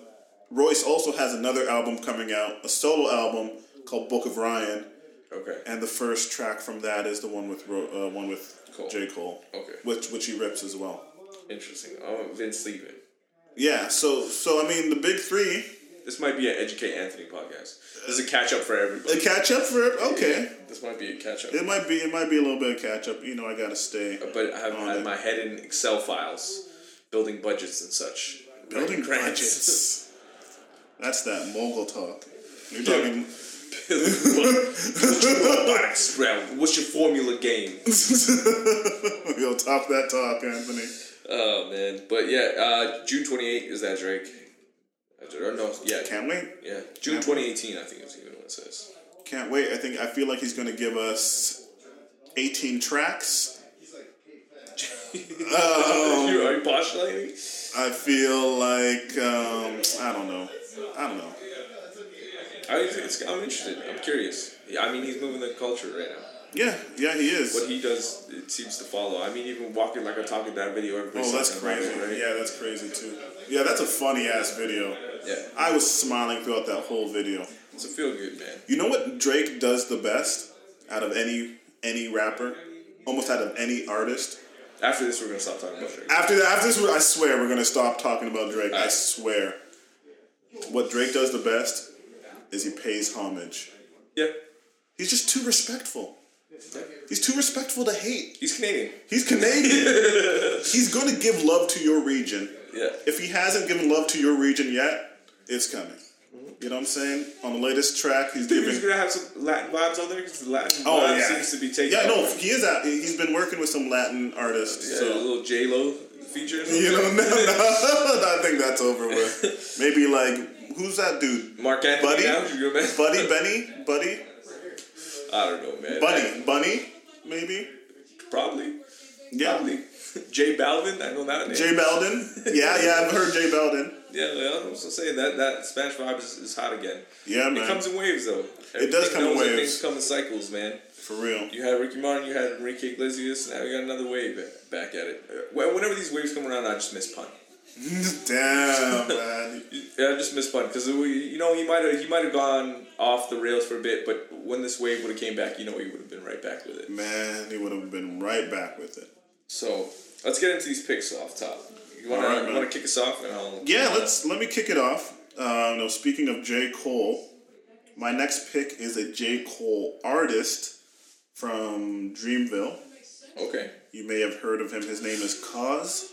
Speaker 1: Royce also has another album coming out, a solo album called Book of Ryan,
Speaker 2: Okay.
Speaker 1: and the first track from that is the one with Ro- uh, one with
Speaker 2: Cole.
Speaker 1: J Cole,
Speaker 2: Okay.
Speaker 1: which which he rips as well.
Speaker 2: Interesting. Oh, Vince leaving.
Speaker 1: Yeah. So so I mean the big three,
Speaker 2: This might be an Educate Anthony podcast. This is a catch up for everybody.
Speaker 1: a catch up for okay.
Speaker 2: This might be a catch up.
Speaker 1: It might be it might be a little bit of catch up. You know I gotta stay.
Speaker 2: But I have
Speaker 1: on
Speaker 2: I have
Speaker 1: it.
Speaker 2: my head in Excel files, building budgets and such.
Speaker 1: building
Speaker 2: Writing grants.
Speaker 1: budgets. That's that mogul talk. You're talking.
Speaker 2: Robotics, bro. What's your formula game?
Speaker 1: You'll top that talk, Anthony.
Speaker 2: Oh man, but yeah, uh, June twenty eighth is that Drake? Or no, yeah,
Speaker 1: Can't wait.
Speaker 2: yeah, June twenty eighteen. I think it's even what it says.
Speaker 1: Can't wait. I think I feel like he's going to give us 18 tracks. Um,
Speaker 2: you, are you postulating?
Speaker 1: I feel like um, I don't know. I don't know.
Speaker 2: I, it's, I'm interested. I'm curious. Yeah, I mean, he's moving the culture right now.
Speaker 1: Yeah, yeah, he is.
Speaker 2: What he does, it seems to follow. I mean, even walking like I'm talking that video. Everybody's
Speaker 1: oh, that's
Speaker 2: talking about
Speaker 1: crazy.
Speaker 2: it, right?
Speaker 1: Yeah, that's crazy too. Yeah, that's a funny ass video.
Speaker 2: Yeah.
Speaker 1: I was smiling throughout that whole video.
Speaker 2: It's a feel good man.
Speaker 1: You know what Drake does the best out of any any rapper, almost out of any artist.
Speaker 2: After this, we're gonna stop talking about Drake.
Speaker 1: After that, after this, I swear we're gonna stop talking about Drake. I
Speaker 2: Alright.
Speaker 1: swear. What Drake does the best is he pays homage.
Speaker 2: Yeah,
Speaker 1: He's just too respectful. He's too respectful to hate.
Speaker 2: he's Canadian.
Speaker 1: He's Canadian. He's gonna give love to your region.
Speaker 2: Yeah,
Speaker 1: If he hasn't given love to your region yet, it's coming. You know what I'm saying? On the latest track, he's
Speaker 2: think he's
Speaker 1: giving.
Speaker 2: gonna have some Latin vibes on there because the Latin
Speaker 1: Oh
Speaker 2: vibe
Speaker 1: yeah.
Speaker 2: seems to be taking.
Speaker 1: yeah, no,
Speaker 2: over.
Speaker 1: he is out. He's been working with some Latin artists.
Speaker 2: Yeah, a
Speaker 1: so
Speaker 2: little J Lo feature. or
Speaker 1: You know,
Speaker 2: something.
Speaker 1: no, no, I think that's over with. Maybe like, who's that dude?
Speaker 2: Mark Anthony
Speaker 1: Buddy?
Speaker 2: now, you remember?
Speaker 1: Buddy Benny? Buddy?
Speaker 2: I don't know, man.
Speaker 1: Bunny? Bunny? Maybe?
Speaker 2: probably,
Speaker 1: Yeah.
Speaker 2: probably. J Balvin, I know that name.
Speaker 1: J Belden? Yeah, yeah, I've heard J Belden.
Speaker 2: yeah, well, I'm also saying that that Spanish vibe is, is hot again.
Speaker 1: Yeah,
Speaker 2: It
Speaker 1: man.
Speaker 2: comes in waves though.
Speaker 1: It does
Speaker 2: Everything
Speaker 1: come in
Speaker 2: knows that
Speaker 1: waves.
Speaker 2: Things come in cycles, man.
Speaker 1: For real.
Speaker 2: You had Ricky Martin, you had Enrique Iglesias, now we got another wave back at it. Uh, Well, whenever these waves come around, I just miss punt.
Speaker 1: Damn, man.
Speaker 2: Yeah, I just mispun because you know he might have he might have gone off the rails for a bit, but when this wave would have came back, you know he would have been right back with it.
Speaker 1: Man, he would have been right back with it.
Speaker 2: So let's get into these picks off top. You wanna
Speaker 1: All right,
Speaker 2: you wanna
Speaker 1: man.
Speaker 2: kick us off and I'll
Speaker 1: Yeah, let's let me kick it off. Uh, no, speaking of J. Cole, my next pick is a J. Cole artist from Dreamville.
Speaker 2: okay
Speaker 1: You may have heard of him. His name is Cause.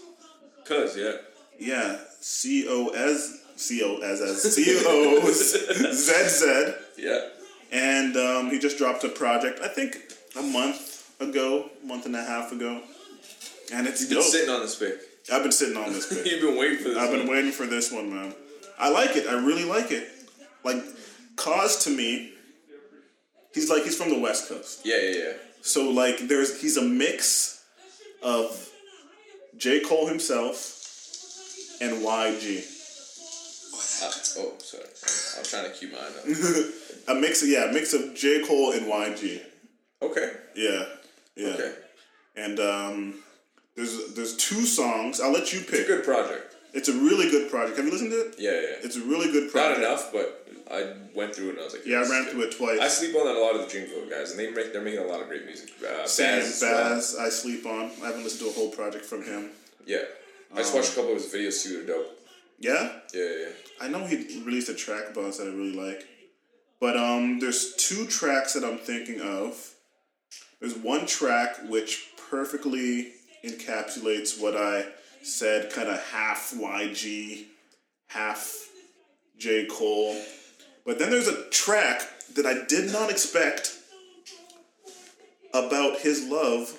Speaker 2: cause yeah
Speaker 1: Yeah, C O S C O S S C O Z Z,
Speaker 2: yeah
Speaker 1: and um, he just dropped a project. I think a month ago, month and a half ago, and it's
Speaker 2: been
Speaker 1: dope.
Speaker 2: sitting on this pick.
Speaker 1: I've been sitting on this bit.
Speaker 2: You've been waiting for this.
Speaker 1: I've been
Speaker 2: one.
Speaker 1: waiting for this one, man. I like it. I really like it. Like, cause to me, he's like he's from the West Coast.
Speaker 2: Yeah yeah yeah.
Speaker 1: So like there's he's a mix of J. Cole himself and YG.
Speaker 2: Uh, oh, sorry. I'm trying to keep mine up.
Speaker 1: A mix, yeah, a mix of J. Cole and YG.
Speaker 2: Okay.
Speaker 1: Yeah, yeah.
Speaker 2: Okay.
Speaker 1: And um, there's there's two songs. I'll let you pick.
Speaker 2: Good project.
Speaker 1: It's a really good project. Have you listened to it?
Speaker 2: Yeah, yeah. yeah.
Speaker 1: It's a really good
Speaker 2: Not
Speaker 1: project.
Speaker 2: enough, but I went through it and I was like,
Speaker 1: Yeah, I
Speaker 2: this is
Speaker 1: ran
Speaker 2: good.
Speaker 1: through it twice.
Speaker 2: I sleep on that a lot of the Dreamville guys, and they make they're making a lot of great music. Uh,
Speaker 1: Sam
Speaker 2: Baz
Speaker 1: Baz,
Speaker 2: as well.
Speaker 1: I sleep on. I haven't listened to a whole project from him.
Speaker 2: Yeah, I just watched a couple of his videos too. They're dope.
Speaker 1: Yeah,
Speaker 2: Yeah, yeah, yeah.
Speaker 1: I know he released a track bonus that I really like, but um, there's two tracks that I'm thinking of. There's one track which perfectly encapsulates what I said, kind of half YG, half J Cole. But then there's a track that I did not expect about his love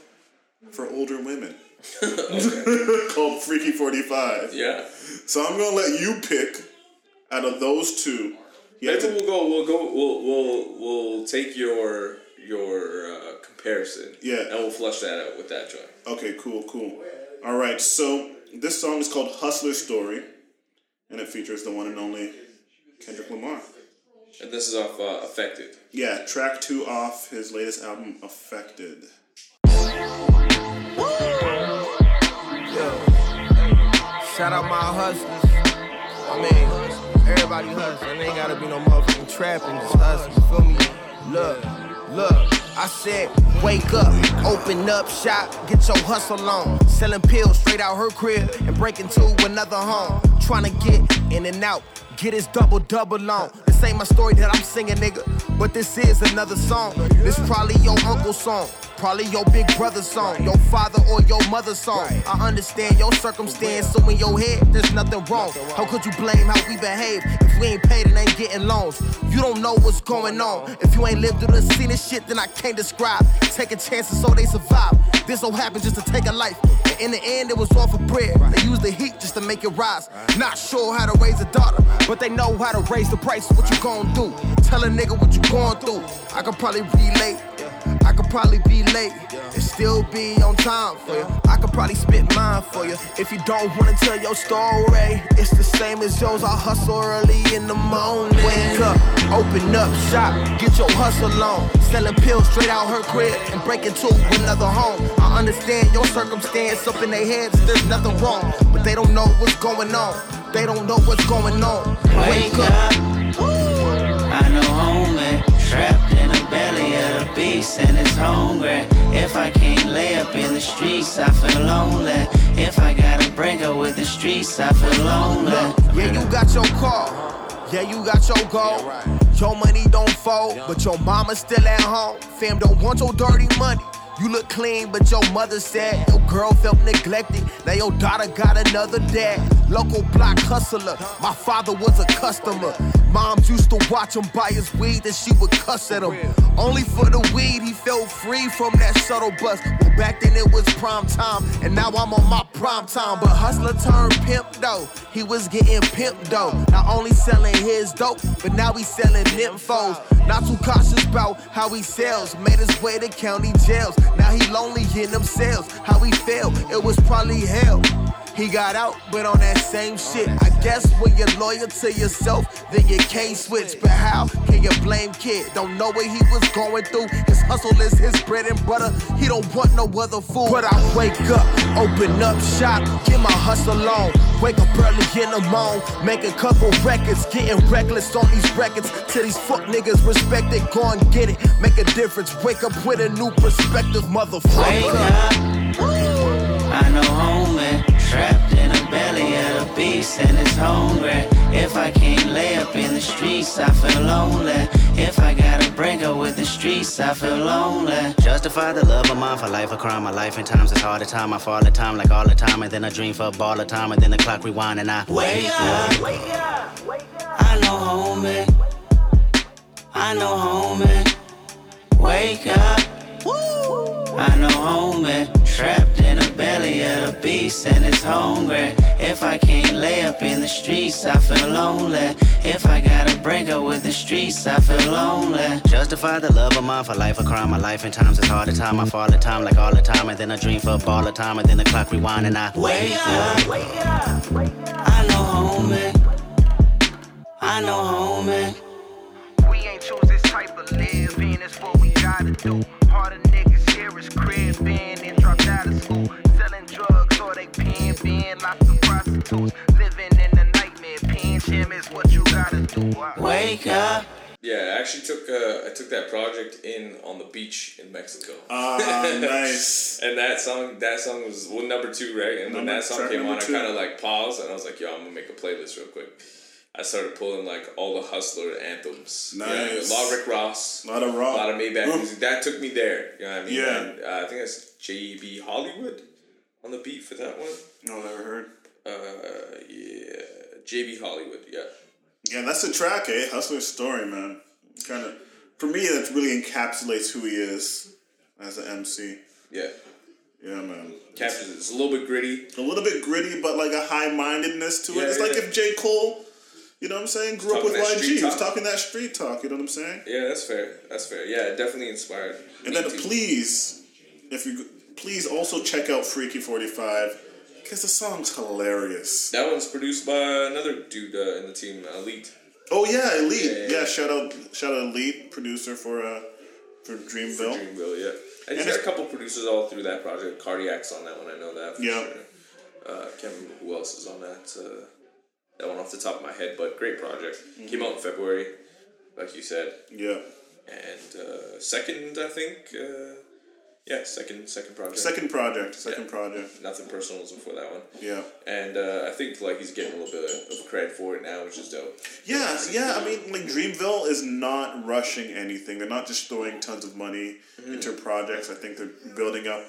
Speaker 1: for older women called Freaky 45.
Speaker 2: yeah.
Speaker 1: So I'm gonna let you pick out of those two. You have
Speaker 2: Maybe
Speaker 1: to-
Speaker 2: we'll go. We'll go. We'll we'll we'll take your your uh, comparison.
Speaker 1: Yeah.
Speaker 2: and we'll flush that out with that joint.
Speaker 1: okay, cool, cool. All right, so this song is called Hustler Story, and it features the one and only Kendrick Lamar.
Speaker 2: And this is off uh, affected.
Speaker 1: Yeah, track two off his latest album, Affected.
Speaker 5: Shout out my hustlers. I mean, everybody hustling. They ain't gotta be no motherfucking trapping. Just hustling. Feel me? Look, look. I said, wake up, open up shop, get your hustle on. Selling pills straight out her crib and break into another home. Tryna get in and out, get his double double on. This ain't my story that I'm singing, nigga, but this is another song. This probably your uncle's song. Probably your big brother's song, your father or your mother's song. I understand your circumstance, so in your head, there's nothing wrong. How could you blame how we behave if we ain't paid and ain't getting loans? You don't know what's going on. If you ain't lived through the scene this shit, then I can't describe. Taking chances so they survive. This don't happen just to take a life. And in the end, it was all for bread. They use the heat just to make it rise. Not sure how to raise a daughter, but they know how to raise the price. What you gon' do? Tell a nigga what you going through. I could probably relate. I could probably be late and still be on time for you. I could probably spit mine for you. If you don't wanna tell your story, it's the same as yours. I hustle early in the morning. Wake up, open up shop, get your hustle on. Selling pills straight out her crib and break into another home. I understand your circumstance up in their heads, there's nothing wrong. But they don't know what's going on. They don't know what's going on.
Speaker 6: Wake up. I know homie. Trapped in the belly of the beast and it's hungry. If I can't lay up in the streets, I feel lonely. If I gotta break up with the streets, I feel lonely.
Speaker 5: Yeah, you got your car. Yeah, you got your goal. Your money don't fold, but your mama's still at home. Fam don't want your dirty money. You look clean, but your mother said your girl felt neglected. Now your daughter got another dad. Local block hustler. My father was a customer. Moms used to watch him buy his weed, and she would cuss at him. Only for the weed, he felt free from that shuttle bus. Well, back then it was prime time, and now I'm on my prime time. But hustler turned pimp though. He was getting pimped though. Not only selling his dope, but now he's selling nymphos. Not too cautious about how he sells. Made his way to county jails. Now he lonely in themselves. How he failed, it was probably hell. He got out, but on that same shit. I guess when you're loyal to yourself, then you can't switch. But how can you blame kid? Don't know what he was going through. His hustle is his bread and butter. He don't want no other food. But I wake up, open up shop, get my hustle on. Wake up early in the morning, make a couple records, getting reckless on these records. Till these fuck niggas respect it, go and get it, make a difference. Wake up with a new perspective, motherfucker.
Speaker 6: Wake up. I know homie. Trapped in the belly of the beast and it's hungry. If I can't lay up in the streets, I feel lonely. If I gotta break up with the streets, I feel lonely.
Speaker 7: Justify the love of mine for life, a crime, my life in times it's hard a time. I fall at time like all the time, and then I dream for a ball of time, and then the clock rewind and I
Speaker 6: Wake up. I know homie. I know homie. Wake up. I know homie. Trapped in the belly of the beast and it's hungry. If I can't lay up in the streets, I feel lonely. If I gotta break up with the streets, I feel lonely.
Speaker 7: Justify the love of mine for life, a crime, my life in times is hard a time. I fall a time like all the time, and then I dream for a ball of time, and then the clock rewind and I
Speaker 6: Wake up, wake up. I know homie. I know homie.
Speaker 8: We ain't choose this type of living, that's what we gotta do. Harder niggas here is cribbing and dropped out of school. Selling drugs or they pimping, lots of prostitutes. Living in the nightmare, pinching is what you gotta do.
Speaker 6: Wake up.
Speaker 2: Yeah, I actually took uh, I took that project in on the beach in Mexico.
Speaker 1: Ah, nice.
Speaker 2: And that song, that song was well, number two, right? And when
Speaker 1: Number-
Speaker 2: that song
Speaker 1: track
Speaker 2: came on,
Speaker 1: number
Speaker 2: I
Speaker 1: two.
Speaker 2: kind of like paused and I was like, "Yo, I'm gonna make a playlist real quick." I started pulling like all the hustler anthems. You know what I mean?
Speaker 1: Nice.
Speaker 2: A lot of Rick Ross,
Speaker 1: A lot of rock.
Speaker 2: a lot of Maybach
Speaker 1: Mm.
Speaker 2: music. That took me there. You know what I mean?
Speaker 1: Yeah.
Speaker 2: And, uh, I think that's JB Hollywood on the beat for that one.
Speaker 1: No, one ever heard.
Speaker 2: Uh, yeah, JB Hollywood. Yeah.
Speaker 1: Yeah, that's the track, eh? Hustler's story, man. Kind of, for me, that really encapsulates who he is as an MC.
Speaker 2: Yeah,
Speaker 1: Yeah, man.
Speaker 2: captures it. It's a little bit gritty.
Speaker 1: A little bit gritty, but like a high mindedness to it.
Speaker 2: Yeah,
Speaker 1: it's like
Speaker 2: yeah.
Speaker 1: if J. Cole, you know what I'm saying, grew
Speaker 2: Talking
Speaker 1: up
Speaker 2: that
Speaker 1: with
Speaker 2: street
Speaker 1: YG. He was
Speaker 2: talk.
Speaker 1: talking that street talk, you know what I'm saying?
Speaker 2: Yeah, that's fair. That's fair. Yeah, it definitely inspired.
Speaker 1: And
Speaker 2: me
Speaker 1: then
Speaker 2: too.
Speaker 1: please, if you please also check out Freaky 45 because the song's hilarious.
Speaker 2: That one's produced by another dude uh, in the team, Elite.
Speaker 1: Oh, yeah, Elite. Yeah,
Speaker 2: Yeah, yeah.
Speaker 1: shout out shout out Elite, producer for, uh, for Dreamville.
Speaker 2: Dreamville, yeah.
Speaker 1: And
Speaker 2: And he's got a
Speaker 1: it's-
Speaker 2: couple producers all through that project. Cardiac's on that one, I know that for
Speaker 1: Yeah.
Speaker 2: sure. Uh, can't remember who else is on that. Uh, that one off the top of my head, but great project.
Speaker 1: Mm-hmm.
Speaker 2: Came out in February, like you said,
Speaker 1: Yeah.
Speaker 2: and uh, second, I think. Uh, yeah, second, second project.
Speaker 1: Second project, second project.
Speaker 2: Nothing personal was before that one.
Speaker 1: Yeah.
Speaker 2: And uh, I think like he's getting a little bit of credit for it now, which is dope.
Speaker 1: Yeah, yeah. I mean, like Dreamville is not rushing anything. They're not just throwing tons of money
Speaker 2: Mm-hmm.
Speaker 1: into projects. I think they're building up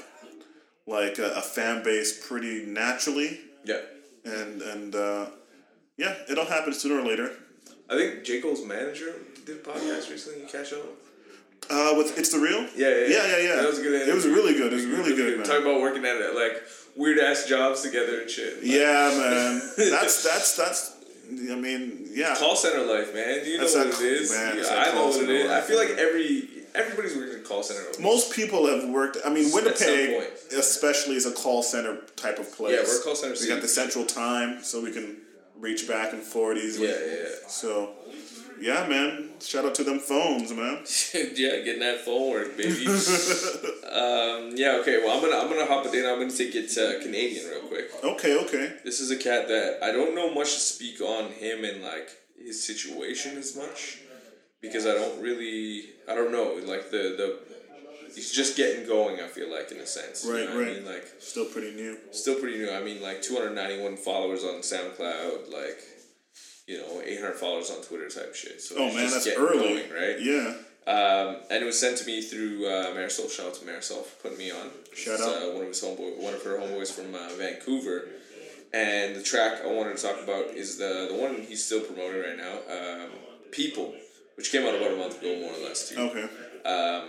Speaker 1: like a, a fan base pretty naturally,
Speaker 2: Yeah.
Speaker 1: and and uh, yeah, it'll happen sooner or later.
Speaker 2: I think J. Cole's manager did a podcast recently. You catch up?
Speaker 1: Uh, with it's the real.
Speaker 2: Yeah, yeah,
Speaker 1: yeah, yeah. yeah.
Speaker 2: That was a good.
Speaker 1: It was
Speaker 2: interview.
Speaker 1: really good. It was really good, man.
Speaker 2: Talking about working at it, like weird ass jobs together and shit. Like,
Speaker 1: yeah, man. That's that's that's. I mean, yeah.
Speaker 2: Call center life, man. Do you know
Speaker 1: That's
Speaker 2: what
Speaker 1: like-
Speaker 2: it is?
Speaker 1: man,
Speaker 2: Yeah,
Speaker 1: it's like
Speaker 2: I know
Speaker 1: call
Speaker 2: what it
Speaker 1: center
Speaker 2: is. I
Speaker 1: life,
Speaker 2: feel like
Speaker 1: man.
Speaker 2: every everybody's working in call center.
Speaker 1: Most people have worked. I mean,
Speaker 2: some
Speaker 1: Winnipeg,
Speaker 2: point.
Speaker 1: especially, is a call center type of place.
Speaker 2: Yeah, we're a call center
Speaker 1: We got the
Speaker 2: city.
Speaker 1: central time, so we can reach back and forth easily.
Speaker 2: Yeah, yeah, yeah.
Speaker 1: So, yeah, man. Shout out to them phones, man.
Speaker 2: yeah, getting that phone work, baby. um, yeah. Okay. Well, I'm gonna I'm gonna hop it in. I'm gonna take it uh, Canadian real quick.
Speaker 1: Okay, okay.
Speaker 2: This is a cat that I don't know much to speak on him and like his situation as much because I don't really I don't know like the the he's just getting going I feel like in a sense you
Speaker 1: Right,
Speaker 2: know what
Speaker 1: right.
Speaker 2: I mean like
Speaker 1: Still pretty new.
Speaker 2: still pretty new I mean like 291 followers on SoundCloud like you know 800 followers on Twitter type shit so
Speaker 1: Oh
Speaker 2: he's
Speaker 1: man,
Speaker 2: just
Speaker 1: that's
Speaker 2: getting
Speaker 1: early,
Speaker 2: going, right
Speaker 1: Yeah.
Speaker 2: um, and it was sent to me through uh, Marisol. Shout out to Marisol for putting me on.
Speaker 1: Shout
Speaker 2: It's,
Speaker 1: out.
Speaker 2: Uh, one of his homeboy, one of her homeboys from uh, Vancouver. And the track I wanted to talk about is the the one he's still promoting right now, um, "People," which came out about a month ago, more or less. Too.
Speaker 1: Okay.
Speaker 2: Um,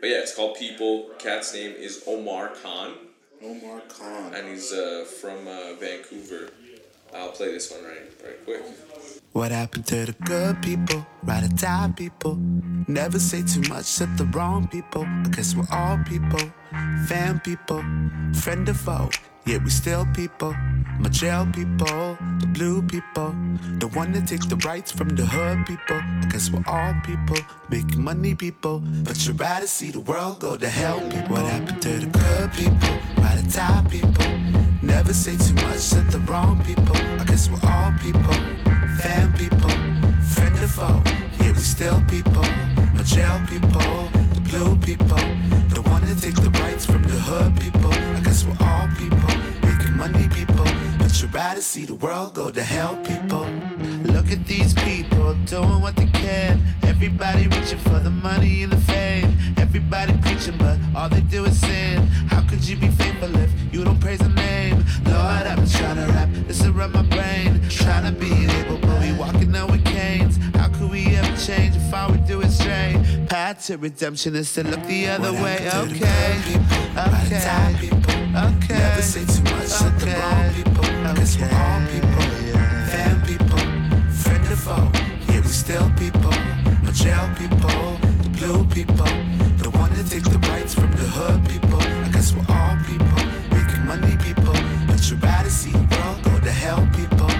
Speaker 2: but yeah, it's called "People." Cat's name is Omar Khan,
Speaker 1: Omar Khan.
Speaker 2: and he's uh, from uh, Vancouver. I'll play this one right right quick.
Speaker 9: What happened to the good people, ride or die people? Never say too much to the wrong people, because we're all people, fan people, friend or foe. Yet we still people, my jail people, the blue people, the one that take the rights from the hood people, because we're all people, making money people. But you'd rather see the world go to hell people. What happened to the good people, ride or die people? Never say too much to the wrong people, because we're all people. Fan people, friend or foe, yeah, we still people. My jail people, the blue people, the one that take the rights from the hood people. I guess we're all people, making money people. But you'd rather see the world go to hell, people. Look at these people doing what they can. Everybody reaching for the money and the fame. Everybody preaching, but all they do is sin. How could you be faithful if you don't praise the name? Lord, I've been trying to rap, this is around my brain. Trying to be able, but we walking out with canes. How could we ever change if all we do is stray? Path path to redemption is to look the other way.
Speaker 5: happened to the
Speaker 9: Okay, okay, okay. Never say too much okay. the wrong people. Cause we're all people, fan people, friend of foe. Yeah, we still people, but jail people, the blue people. The one that take the rights from the hood people. I guess we're all people, making money people. But you'd rather see the world go to hell people.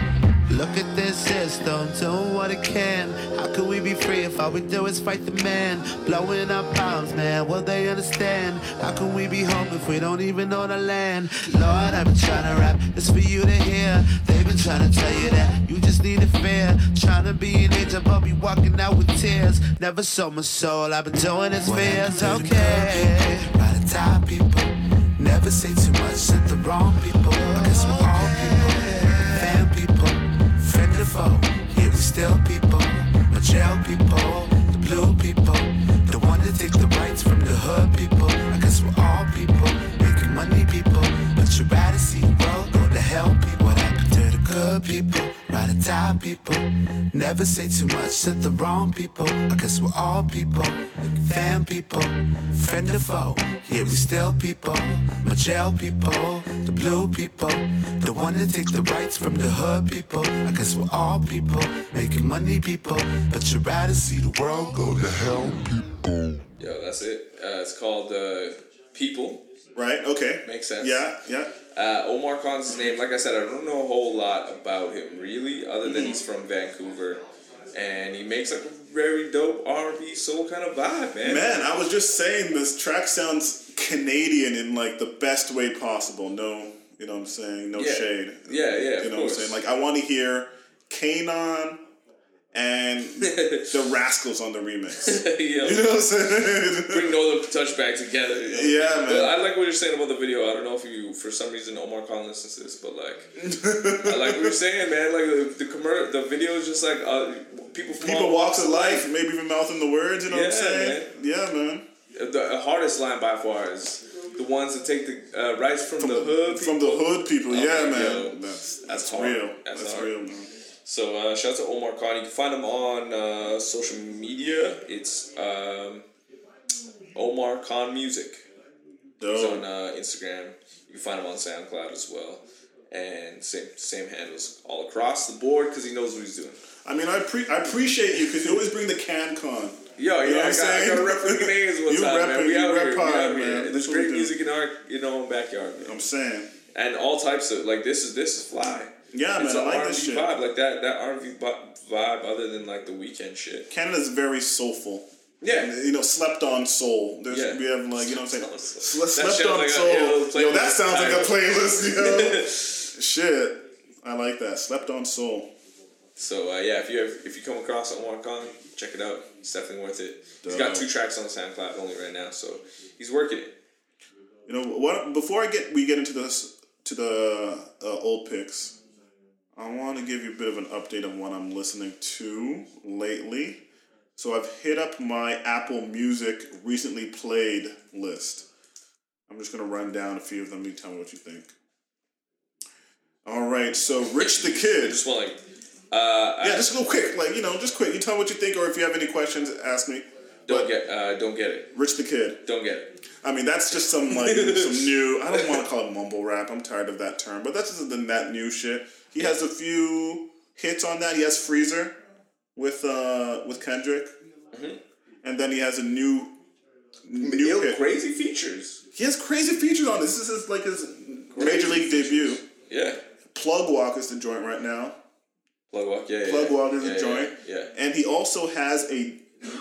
Speaker 9: Look at this system, doing what it can. How could we be free if all we do is fight the man? Blowing up bombs, man, will they understand? How can we be home if we don't even own our land? Lord, I've been trying to rap, it's for you to hear. They've been trying to tell you that you just need a fear. Trying to be an angel, but be walking out with tears. Never sold my soul, I've been doing this for years, okay. By the time people Never say too much to the wrong people. I guess we're all people, fan people, friend of foe. Yeah, we still people, but jail people, the blue people, the one that take the rights from the hood people. I guess we're all people, making money people, but you rather see the world go to hell people. What happened to the good people, ride or die people? Never say too much to the wrong people. I guess we're all people, fan people, friend of foe. Yeah, we still people, my jail people, the blue people, the one that take the rights from the hood people. I guess we're all people, making money people, but you rather see the world go to hell people.
Speaker 2: Yo, that's it. Uh, it's called uh, People.
Speaker 1: Right? Okay.
Speaker 2: Makes sense.
Speaker 1: Yeah, yeah.
Speaker 2: Uh, Omar Khan's his name. Like I said, I don't know a whole lot about him really, other than he's from Vancouver, and he makes like a very dope R&B soul kind of vibe, man.
Speaker 1: Man, I was just saying this track sounds Canadian in like the best way possible. No, you know what I'm saying? No
Speaker 2: Yeah.
Speaker 1: shade.
Speaker 2: Yeah, yeah, of
Speaker 1: You know what I'm
Speaker 2: course.
Speaker 1: saying? Like I want to hear Kanon and the Rascals on the remix.
Speaker 2: Yo,
Speaker 1: You know what I'm saying?
Speaker 2: bring all the touch back together. you know?
Speaker 1: Yeah,
Speaker 2: But
Speaker 1: man.
Speaker 2: I like what you're saying about the video. I don't know if you, for some reason, Omar Khan listens to this, but like, I like what you're saying, man. Like the the, commer- the video is just like uh, people from
Speaker 1: People
Speaker 2: all
Speaker 1: walks of life, maybe even mouthing the words. You know what I'm
Speaker 2: Yeah,
Speaker 1: saying? Yeah, man.
Speaker 2: The hardest line by far is the ones that take the uh, rights from, the hood.
Speaker 1: From the hood people. yeah,
Speaker 2: yo,
Speaker 1: man. That's,
Speaker 2: that's
Speaker 1: that's,
Speaker 2: hard.
Speaker 1: real.
Speaker 2: That's
Speaker 1: That's,
Speaker 2: hard.
Speaker 1: real, man.
Speaker 2: So uh, shout out to Omar Khan. You can find him on uh, social media. It's um, Omar Khan Music. He's on
Speaker 1: Dope.
Speaker 2: uh, Instagram. You can find him on SoundCloud as well. And same same handles all across the board because he knows what he's doing.
Speaker 1: I mean, I pre- I appreciate you because you always bring the CanCon.
Speaker 2: Yo, you
Speaker 1: You
Speaker 2: know,
Speaker 1: know what I'm
Speaker 2: I got, I got to
Speaker 1: saying?
Speaker 2: rep for the Canadians one
Speaker 1: You
Speaker 2: time, man.
Speaker 1: repping,
Speaker 2: We
Speaker 1: you
Speaker 2: out here,
Speaker 1: rep
Speaker 2: we
Speaker 1: hard,
Speaker 2: out here.
Speaker 1: man.
Speaker 2: There's
Speaker 1: That's what
Speaker 2: great
Speaker 1: we do.
Speaker 2: music in our, in our own backyard, man.
Speaker 1: I'm saying.
Speaker 2: and all types of like this is this is fly.
Speaker 1: Yeah,
Speaker 2: it's
Speaker 1: man, I
Speaker 2: an
Speaker 1: like
Speaker 2: R&B
Speaker 1: this shit.
Speaker 2: vibe like that. That R&B vi- vibe, other than like the weekend shit.
Speaker 1: Canada's very soulful.
Speaker 2: Yeah,
Speaker 1: You know, slept on soul. There's,
Speaker 2: Yeah.
Speaker 1: We have like you know what I'm
Speaker 2: Slept on
Speaker 1: saying. Sle-
Speaker 2: soul.
Speaker 1: Slept
Speaker 2: That sounds
Speaker 1: on
Speaker 2: like a ill
Speaker 1: soul. Yo, that
Speaker 2: playlist
Speaker 1: sounds like a
Speaker 2: title.
Speaker 1: playlist. Yo, shit. I like that. Slept on soul.
Speaker 2: So uh, yeah, if you have, if you come across Omar Khan, check it out. It's definitely worth it. He's got
Speaker 1: Dope.
Speaker 2: two tracks on SoundCloud only right now, so he's working it.
Speaker 1: You know what? Before I get we get into this to the uh, old picks, I want to give you a bit of an update on what I'm listening to lately. So I've hit up my Apple Music recently played list. I'm just gonna run down a few of them. You tell me what you think. All right. So Rich the
Speaker 2: I
Speaker 1: Kid.
Speaker 2: just want like uh,
Speaker 1: Yeah, just go quick. Like you know, just quick. You tell me what you think, or if you have any questions, ask me.
Speaker 2: don't
Speaker 1: But
Speaker 2: get uh, don't get it,
Speaker 1: Rich the Kid.
Speaker 2: don't get it.
Speaker 1: I mean, that's just some like some new. I don't want to call it mumble rap. I'm tired of that term, but that's just the that new shit. He has a few hits on that. He has Freezer with uh with Kendrick,
Speaker 2: Mm-hmm.
Speaker 1: and then he has a new new
Speaker 2: Yo,
Speaker 1: hit.
Speaker 2: crazy features.
Speaker 1: He has crazy features on this. This is his, like his major league debut.
Speaker 2: Yeah,
Speaker 1: Plug Walk is the joint right now.
Speaker 2: plug walk. Yeah, yeah,
Speaker 1: Plug
Speaker 2: yeah.
Speaker 1: Walk is
Speaker 2: yeah,
Speaker 1: a joint,
Speaker 2: Yeah, yeah.
Speaker 1: and he also has a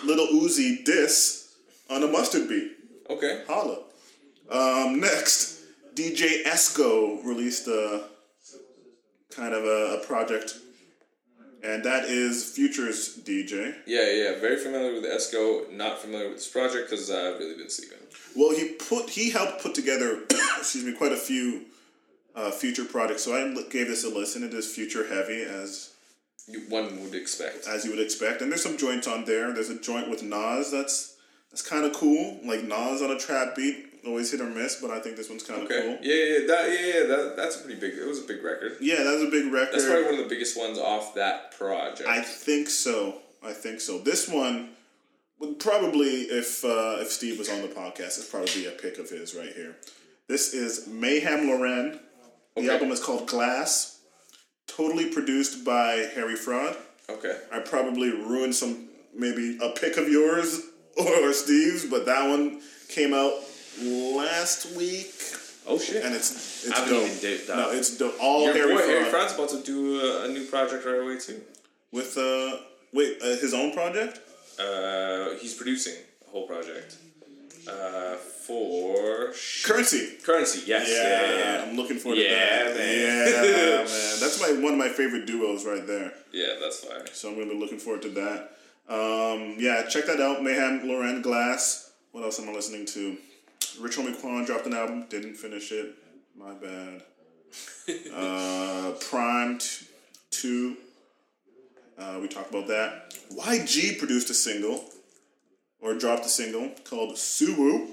Speaker 1: little Uzi diss on a mustard beat.
Speaker 2: Okay.
Speaker 1: Holla. Um, next, DJ Esco released a kind of a, a project, and that is Futures DJ.
Speaker 2: Yeah, yeah. Very familiar with Esco. Not familiar with this project because I've really been sleeping.
Speaker 1: Well, he put he helped put together, excuse me, quite a few uh, future projects. So I l- gave this a listen. It is future heavy as
Speaker 2: You, one would expect.
Speaker 1: as you would expect, and there's some joints on there. There's a joint with Nas that's that's kind of cool, like Nas on a trap beat. Always hit or miss, but I think this one's kind of
Speaker 2: Okay.
Speaker 1: cool.
Speaker 2: Yeah, yeah, yeah, that, yeah, yeah. That, that's a pretty big. It was a big record.
Speaker 1: Yeah, that's a big record.
Speaker 2: That's probably one of the biggest ones off that project.
Speaker 1: I think so. I think so. This one would probably if uh, if Steve was on the podcast, it's probably a pick of his right here. This is Mayhem Loren. The album is called Glass. Totally produced by Harry Fraud.
Speaker 2: Okay.
Speaker 1: I probably ruined some maybe a pick of yours or Steve's, but that one came out last week
Speaker 2: Oh shit.
Speaker 1: and it's it's
Speaker 2: I haven't
Speaker 1: dope.
Speaker 2: even dipped
Speaker 1: no,
Speaker 2: out.
Speaker 1: it's dope. all
Speaker 2: Your
Speaker 1: Harry
Speaker 2: boy
Speaker 1: Fraud
Speaker 2: Harry Fraud's about to do a, a new project right away too.
Speaker 1: with uh wait uh, his own project.
Speaker 2: Uh, he's producing a whole project. Uh, for sh-
Speaker 1: Currency.
Speaker 2: currency. Yes. Yeah. yeah,
Speaker 1: Yeah,
Speaker 2: yeah.
Speaker 1: I'm looking forward
Speaker 2: Yeah,
Speaker 1: to that.
Speaker 2: man.
Speaker 1: Yeah, man. That's my one of my favorite duos right there.
Speaker 2: Yeah, that's fire.
Speaker 1: So I'm gonna be looking forward to that. Um, yeah, check that out. Mayhem, Lauren Glass. What else am I listening to? Rich Homie Quan dropped an album, didn't finish it. My bad. uh, Prime t- two. Uh, we talked about that. YG produced a single or dropped a single called Suwu.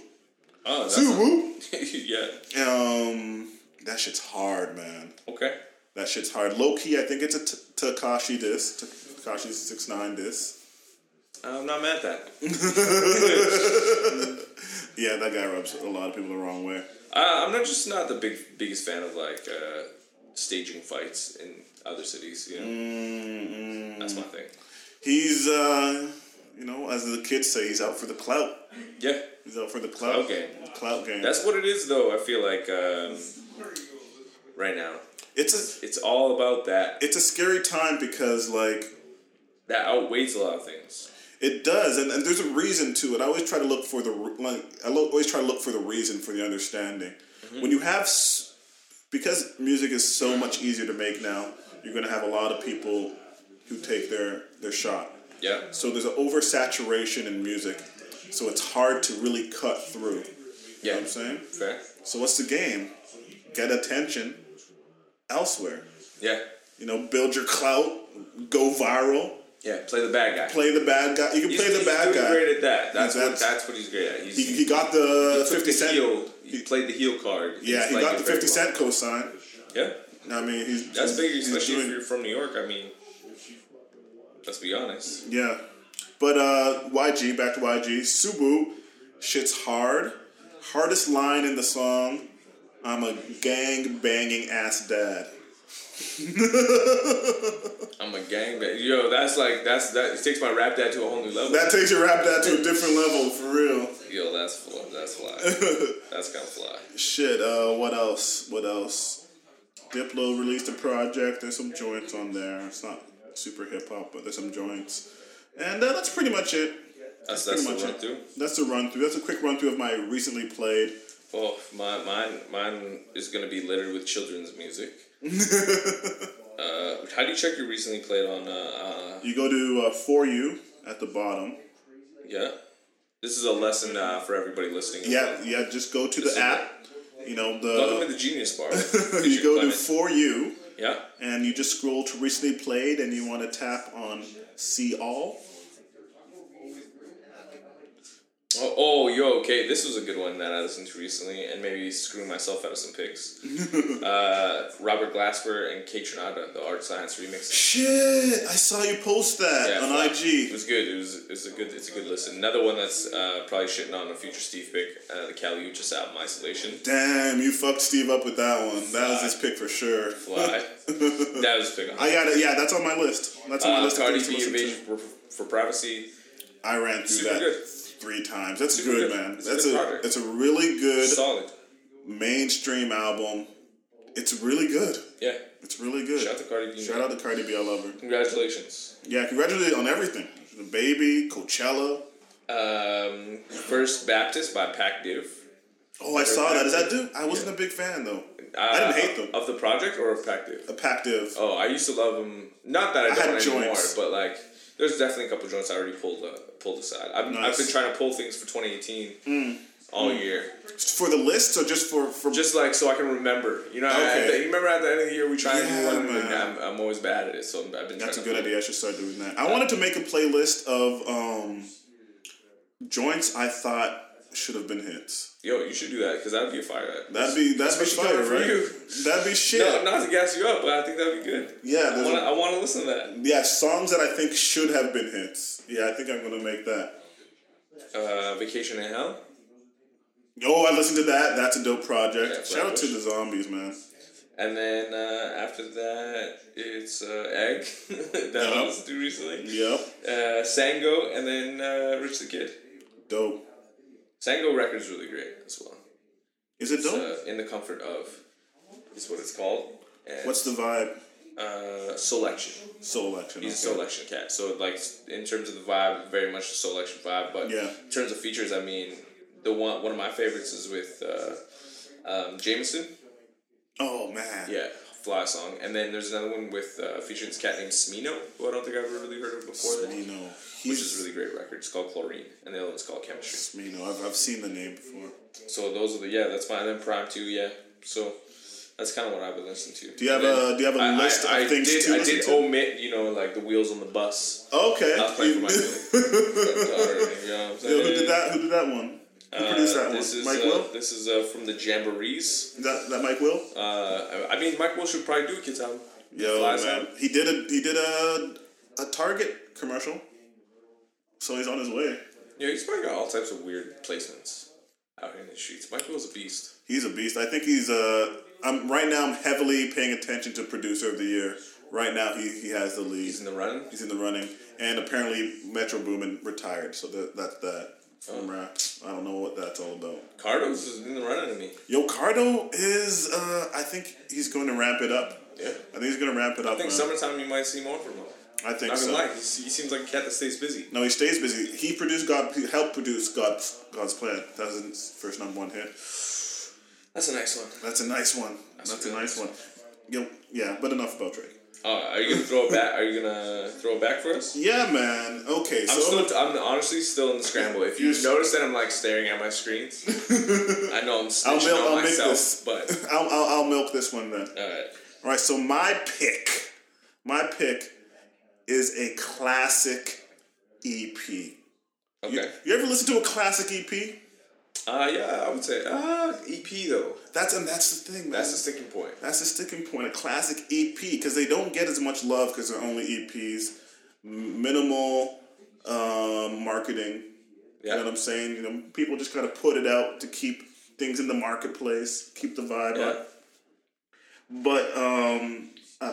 Speaker 2: Oh, that's
Speaker 1: Suwu.
Speaker 2: yeah.
Speaker 1: Um, that shit's hard, man.
Speaker 2: Okay.
Speaker 1: That shit's hard. Low key, I think it's a t- Takashi disc. Takashi's six nine disc.
Speaker 2: I'm not mad at that.
Speaker 1: Yeah, that guy rubs a lot of people the wrong way.
Speaker 2: Uh, I'm not just not the big biggest fan of like uh, staging fights in other cities. You know, that's my thing.
Speaker 1: He's, uh, you know, as the kids say, he's out for the clout.
Speaker 2: Yeah,
Speaker 1: He's out for the clout.
Speaker 2: Clout game.
Speaker 1: Clout game.
Speaker 2: that's what it is, though. I feel like um, right now
Speaker 1: it's a
Speaker 2: it's all about that.
Speaker 1: it's a scary time because like
Speaker 2: That outweighs a lot of things.
Speaker 1: It does, and, and there's a reason to it. I always try to look for the re- like. I lo- always try to look for the reason for the understanding.
Speaker 2: Mm-hmm.
Speaker 1: When you have, s- because music is so much easier to make now, you're going to have a lot of people who take their their shot.
Speaker 2: Yeah,
Speaker 1: So there's an oversaturation in music, so it's hard to really cut through. You know
Speaker 2: yeah,
Speaker 1: what I'm saying.
Speaker 2: fair.
Speaker 1: So what's the game? Get attention elsewhere.
Speaker 2: Yeah,
Speaker 1: You know, build your clout, go viral,
Speaker 2: yeah. Play the bad guy.
Speaker 1: play the bad guy. You can
Speaker 2: He's,
Speaker 1: play the
Speaker 2: he's
Speaker 1: bad
Speaker 2: doing
Speaker 1: guy.
Speaker 2: Great at that. That's what.
Speaker 1: That's-
Speaker 2: That's what he's great at. He's,
Speaker 1: He, he got the
Speaker 2: took
Speaker 1: fifty
Speaker 2: the
Speaker 1: cent.
Speaker 2: heel. He played the heel card.
Speaker 1: Yeah,
Speaker 2: He's
Speaker 1: he
Speaker 2: playing
Speaker 1: got
Speaker 2: it
Speaker 1: the
Speaker 2: very
Speaker 1: fifty
Speaker 2: well.
Speaker 1: cent cosign.
Speaker 2: Yeah.
Speaker 1: I mean, he's
Speaker 2: That's big,
Speaker 1: he's
Speaker 2: especially if
Speaker 1: doing-
Speaker 2: you're from New York. I mean, let's be honest.
Speaker 1: yeah. But uh, YG, back to YG, Subu, shit's hard. Hardest line in the song, I'm a gang banging ass dad.
Speaker 2: I'm a gangbang. Yo, that's like that's that. It takes my rap dad to a whole new level.
Speaker 1: That takes your rap dad to a different level, for real.
Speaker 2: Yo, that's fly. That's fly. that's kind of fly.
Speaker 1: Shit, uh, what else? What else? Diplo released a project. There's some joints on there. It's not super hip hop, but there's some joints. And uh, that's pretty much it.
Speaker 2: That's that's the
Speaker 1: pretty much
Speaker 2: run
Speaker 1: it.
Speaker 2: through.
Speaker 1: That's a run through. That's a quick run through of my recently played.
Speaker 2: Oh, my mine mine is gonna be littered with children's music. uh, how do you check your recently played on? Uh, uh,
Speaker 1: You go to uh, for you at the bottom.
Speaker 2: yeah, this is a lesson uh, for everybody listening.
Speaker 1: Yeah, yeah. Just go to
Speaker 2: Just
Speaker 1: the
Speaker 2: do
Speaker 1: app. You know
Speaker 2: Welcome to
Speaker 1: the
Speaker 2: the Genius Bar.
Speaker 1: you go to
Speaker 2: Clement.
Speaker 1: for you
Speaker 2: yeah.
Speaker 1: and you just scroll to recently played and you want to tap on see all.
Speaker 2: Oh, oh, yo, okay. This was a good one that I listened to recently, and maybe screw myself out of some picks. uh, Robert Glasper and Kate Trinada, the Art Science remix.
Speaker 1: Shit! I saw you post that
Speaker 2: Yeah,
Speaker 1: on
Speaker 2: fuck. It
Speaker 1: IG.
Speaker 2: was good. It was, it was a good. It's a good listen. Another one that's uh, probably shitting on a future Steve pick, uh, the Cali Uchis album Isolation.
Speaker 1: Damn, you fucked Steve up with that one. That was his pick for sure.
Speaker 2: Fly. that was a pick.
Speaker 1: I got it. Yeah, that's on my list. That's on my
Speaker 2: Uh,
Speaker 1: list. of
Speaker 2: Cardi
Speaker 1: things to
Speaker 2: B
Speaker 1: listen to.
Speaker 2: Invasion for, for Privacy.
Speaker 1: I ran through
Speaker 2: Super
Speaker 1: that
Speaker 2: good.
Speaker 1: three times. That's
Speaker 2: Super
Speaker 1: good,
Speaker 2: good.
Speaker 1: man.
Speaker 2: It's a
Speaker 1: That's
Speaker 2: good
Speaker 1: a
Speaker 2: project.
Speaker 1: it's a really good
Speaker 2: Solid.
Speaker 1: mainstream album. It's really good.
Speaker 2: Yeah.
Speaker 1: It's really good.
Speaker 2: Shout out to Cardi B.
Speaker 1: Shout out to Cardi B. I love her.
Speaker 2: Congratulations.
Speaker 1: Yeah, congratulations on everything. The baby, Coachella.
Speaker 2: Um, First Baptist by Pac Div.
Speaker 1: Oh, I saw that. Is that dude? I wasn't a big fan though. I didn't hate them.
Speaker 2: Uh, Of the project or of Pac Div?
Speaker 1: A Pactive.
Speaker 2: Oh, I used to love them. Not that I don't
Speaker 1: had
Speaker 2: anymore,
Speaker 1: joints.
Speaker 2: but like, there's definitely a couple joints I already pulled uh, pulled aside. I've, I've
Speaker 1: Nice. Mm.
Speaker 2: been trying to pull things for 2018 all year,
Speaker 1: For the list or just for for
Speaker 2: just like so I can remember. You know, I- I-
Speaker 1: Okay.
Speaker 2: you remember at the end of the year we try and do
Speaker 1: Yeah,
Speaker 2: one. and like,
Speaker 1: man.
Speaker 2: I'm, I'm always bad at it, so I've been.
Speaker 1: That's a
Speaker 2: trying
Speaker 1: good
Speaker 2: to
Speaker 1: idea. I should start doing that. I wanted to make a playlist of um joints I thought should have been hits.
Speaker 2: Yo, you should do that because that'd be a fire.
Speaker 1: That'd be that'd be
Speaker 2: Especially
Speaker 1: fire,
Speaker 2: coming from
Speaker 1: right?
Speaker 2: you.
Speaker 1: That'd be shit.
Speaker 2: No, not to gas you up, but I think that'd be good.
Speaker 1: Yeah,
Speaker 2: I
Speaker 1: there's
Speaker 2: wanna,
Speaker 1: a-
Speaker 2: I wanna listen to that.
Speaker 1: Yeah, songs that I think should have been hits. Yeah, I think I'm gonna make that.
Speaker 2: Uh, Vacation in Hell.
Speaker 1: Oh, I listened to that. That's a dope project.
Speaker 2: Yeah,
Speaker 1: Shout out to
Speaker 2: Flatbush.
Speaker 1: the zombies, man.
Speaker 2: And then uh, after that, it's uh, Egg that I
Speaker 1: Yeah.
Speaker 2: listened to recently.
Speaker 1: Yep.
Speaker 2: Uh, Sango, and then uh, Rich the Kid.
Speaker 1: Dope.
Speaker 2: Sango record's really great as well.
Speaker 1: Is it
Speaker 2: It's,
Speaker 1: dope?
Speaker 2: uh, in the comfort of is what it's called. And,
Speaker 1: What's the vibe?
Speaker 2: uh, selection?
Speaker 1: Soul action.
Speaker 2: He's a
Speaker 1: okay.
Speaker 2: soul action cat. So like in terms of the vibe, very much the soul action vibe. But
Speaker 1: Yeah.
Speaker 2: in terms of features, I mean, the one one of my favorites is with uh, um, Jameson.
Speaker 1: Oh man.
Speaker 2: Yeah, fly song. And then there's another one with uh, featuring this cat named Smino, who I don't think I've ever really heard of before. That,
Speaker 1: Smino.
Speaker 2: which is a really great record. It's called Chlorine, and the other one's called Chemistry.
Speaker 1: Smino. I've, I've seen the name before.
Speaker 2: So those are the yeah, that's fine. And then Prime too, yeah. So that's kind of what I've been listening to.
Speaker 1: Do you have
Speaker 2: And
Speaker 1: a-
Speaker 2: then
Speaker 1: do you have a
Speaker 2: I- I-
Speaker 1: list of
Speaker 2: I
Speaker 1: things
Speaker 2: did,
Speaker 1: to
Speaker 2: I
Speaker 1: listen
Speaker 2: did
Speaker 1: to?
Speaker 2: omit, you know, like the wheels on the bus.
Speaker 1: Okay.
Speaker 2: I was playing for my daughter. You know what I'm
Speaker 1: Yo,
Speaker 2: saying?
Speaker 1: who did that? Who did that one? Who
Speaker 2: Uh,
Speaker 1: produced that one?
Speaker 2: This is,
Speaker 1: Mike
Speaker 2: uh,
Speaker 1: Will.
Speaker 2: This is uh, from the Jamborees.
Speaker 1: That that Mike Will.
Speaker 2: Uh, I I mean, Mike Will should probably do a kid's album.
Speaker 1: Yo,
Speaker 2: Flies
Speaker 1: man.
Speaker 2: out.
Speaker 1: He did a he did a a Target commercial. So he's on his way.
Speaker 2: Yeah, he's probably got all types of weird placements out in the streets. Mike Will's a beast.
Speaker 1: He's a beast. I think he's uh I'm right now I'm heavily paying attention to producer of the year. Right now he, he has the lead.
Speaker 2: He's in the running.
Speaker 1: He's in the running, and apparently Metro Boomin retired, so that that's that.
Speaker 2: Oh.
Speaker 1: From rap. I don't know what that's all about.
Speaker 2: Cardo's is in the running to me.
Speaker 1: Yo, Cardo is. Uh, I think he's going to ramp it up.
Speaker 2: Yeah.
Speaker 1: I think he's going to ramp it up.
Speaker 2: I think
Speaker 1: man.
Speaker 2: summertime you might see more from him.
Speaker 1: I think
Speaker 2: Not
Speaker 1: so.
Speaker 2: gonna lie, he, he seems like a cat that stays busy.
Speaker 1: No, he stays busy. He produced God. He helped produce God's God's plan. That was his first number one hit.
Speaker 2: That's a nice one.
Speaker 1: That's a nice one. That's,
Speaker 2: That's
Speaker 1: a,
Speaker 2: a really
Speaker 1: nice
Speaker 2: nice
Speaker 1: one. Yo, yeah, but enough about Drake.
Speaker 2: Uh, are you gonna throw it back? Are you gonna throw it back for us?
Speaker 1: Yeah, man. Okay,
Speaker 2: I'm
Speaker 1: so
Speaker 2: still. I'm honestly still in the scramble. If you
Speaker 1: You're-
Speaker 2: notice that I'm like staring at my screens, I know I'm
Speaker 1: I'll
Speaker 2: snitching
Speaker 1: milk.
Speaker 2: on
Speaker 1: I'll make
Speaker 2: myself.
Speaker 1: this.
Speaker 2: But uh,
Speaker 1: I'll, I'll I'll milk this one then.
Speaker 2: all right,
Speaker 1: All right, so my pick, my pick is a classic EP.
Speaker 2: okay.
Speaker 1: You ever listen to a classic E EP?
Speaker 2: Uh, yeah, I would say uh, EP though.
Speaker 1: That's and that's the thing. Man.
Speaker 2: That's the sticking point.
Speaker 1: That's the sticking point. A classic EP because they don't get as much love because they're only EPs. M- Minimal um, marketing. You
Speaker 2: Yeah.
Speaker 1: know what I'm saying? You know, people just gotta put it out to keep things in the marketplace, keep the vibe
Speaker 2: yeah.
Speaker 1: up. But um, a,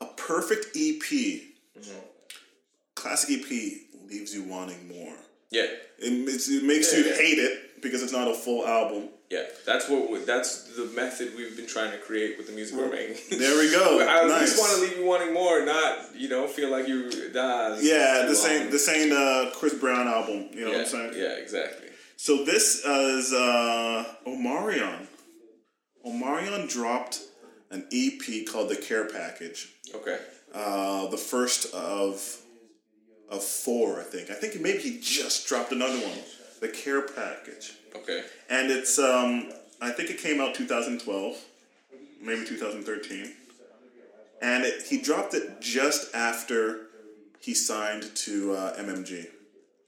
Speaker 1: a perfect EP,
Speaker 2: Mm-hmm.
Speaker 1: classic EP, leaves you wanting more.
Speaker 2: Yeah.
Speaker 1: It, it's- it makes
Speaker 2: Yeah,
Speaker 1: you
Speaker 2: yeah.
Speaker 1: hate it because it's not a full album.
Speaker 2: Yeah. That's what. We, that's the method we've been trying to create with the music we're making.
Speaker 1: There we go.
Speaker 2: I at
Speaker 1: nice.
Speaker 2: least want to leave you wanting more, not you know feel like you. Nah, this is
Speaker 1: Yeah,
Speaker 2: too
Speaker 1: this ain't
Speaker 2: long.
Speaker 1: this ain't uh Chris Brown album. You know
Speaker 2: yeah,
Speaker 1: what I'm saying?
Speaker 2: Yeah, exactly.
Speaker 1: So this is uh, Omarion. Omarion dropped an EP called the Care Package.
Speaker 2: Okay.
Speaker 1: Uh, the first of of four, I think. I think maybe he just dropped another one. The Care Package,
Speaker 2: Okay.
Speaker 1: and it's um, I think it came out 2012, maybe 2013, and it, he dropped it just after he signed to uh, MMG.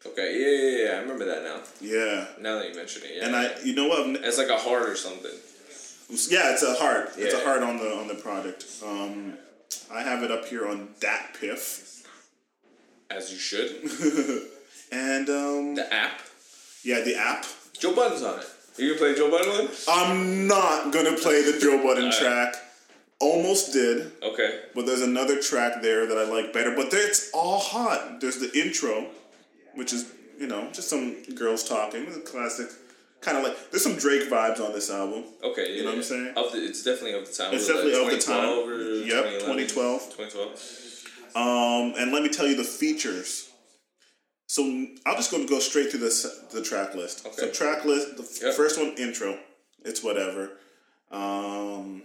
Speaker 2: Okay. Yeah, yeah, yeah. I remember that now.
Speaker 1: Yeah.
Speaker 2: Now that you mention it, yeah.
Speaker 1: And I, you know what? I've n-
Speaker 2: it's like a heart or something.
Speaker 1: Yeah, it's a hard. It's a
Speaker 2: Yeah.
Speaker 1: hard on the on the product. Um, I have it up here on that piff,
Speaker 2: As you should.
Speaker 1: and um,
Speaker 2: The app.
Speaker 1: yeah, the app.
Speaker 2: Joe Budden's on it. You gonna play Joe Budden? one?
Speaker 1: I'm not gonna play the Joe Budden track. Almost did,
Speaker 2: Okay.
Speaker 1: but there's another track there that I like better. But there- it's all hot. There's the intro, which is you know just some girls talking. It's a classic. Kind of like there's some Drake vibes on this album.
Speaker 2: Okay. Yeah,
Speaker 1: know what I'm
Speaker 2: yeah.
Speaker 1: saying?
Speaker 2: Of the, it's definitely of the time.
Speaker 1: It's
Speaker 2: Was it
Speaker 1: definitely of the time.
Speaker 2: 2012 or
Speaker 1: Yep,
Speaker 2: 2011?
Speaker 1: 2012.
Speaker 2: 2012.
Speaker 1: Um, and let me tell you the features. So I'll just go go straight to the the track list.
Speaker 2: Okay.
Speaker 1: So track list. The f-
Speaker 2: Yep.
Speaker 1: first one intro. It's whatever. Um,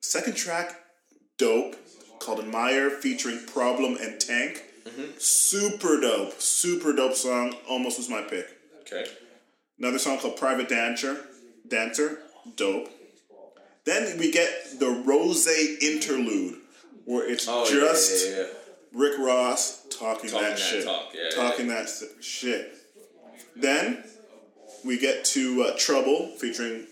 Speaker 1: second track, dope. Called Admire featuring Problem and Tank.
Speaker 2: Mm-hmm.
Speaker 1: Super dope. Super dope song. Almost was my pick.
Speaker 2: Okay.
Speaker 1: Another song called Private Dancer. Dancer. Dope. Then we get the Rose interlude, where it's
Speaker 2: Oh yeah,
Speaker 1: just.
Speaker 2: yeah, yeah, yeah.
Speaker 1: Rick Ross talking,
Speaker 2: Talking
Speaker 1: that,
Speaker 2: that
Speaker 1: shit.
Speaker 2: talk, yeah,
Speaker 1: talking that s- shit. Then we get to uh, Trouble featuring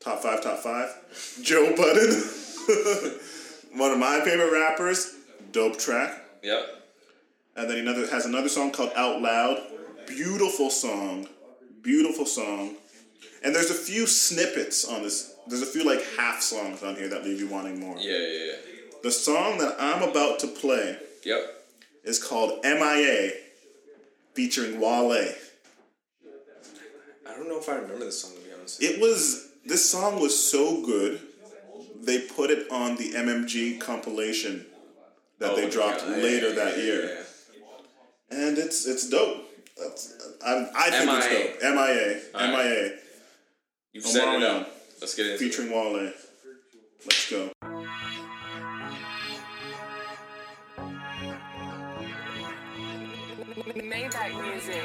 Speaker 1: Top 5, Top 5. Joe Budden, one of my favorite rappers. Dope track.
Speaker 2: Yep.
Speaker 1: And then another has another song called Out Loud. beautiful song, beautiful song. And there's a few snippets on this. There's a few like half songs on here that leave you wanting more.
Speaker 2: Yeah, yeah,
Speaker 1: The song that I'm about to play
Speaker 2: yeah. Yep.
Speaker 1: is called MIA, featuring Wale.
Speaker 2: I don't know if I remember this song to be honest.
Speaker 1: It was this song was so good, they put it on the MMG compilation that
Speaker 2: Oh,
Speaker 1: they dropped
Speaker 2: yeah, yeah,
Speaker 1: later
Speaker 2: yeah,
Speaker 1: that
Speaker 2: yeah,
Speaker 1: year,
Speaker 2: yeah,
Speaker 1: and it's it's dope. That's, I, I think
Speaker 2: MIA.
Speaker 1: it's dope. MIA,
Speaker 2: Alright.
Speaker 1: MIA,
Speaker 2: You've set it
Speaker 1: Omarion.
Speaker 2: up. Let's get into
Speaker 1: featuring Wale. Let's go.
Speaker 10: Maybach music.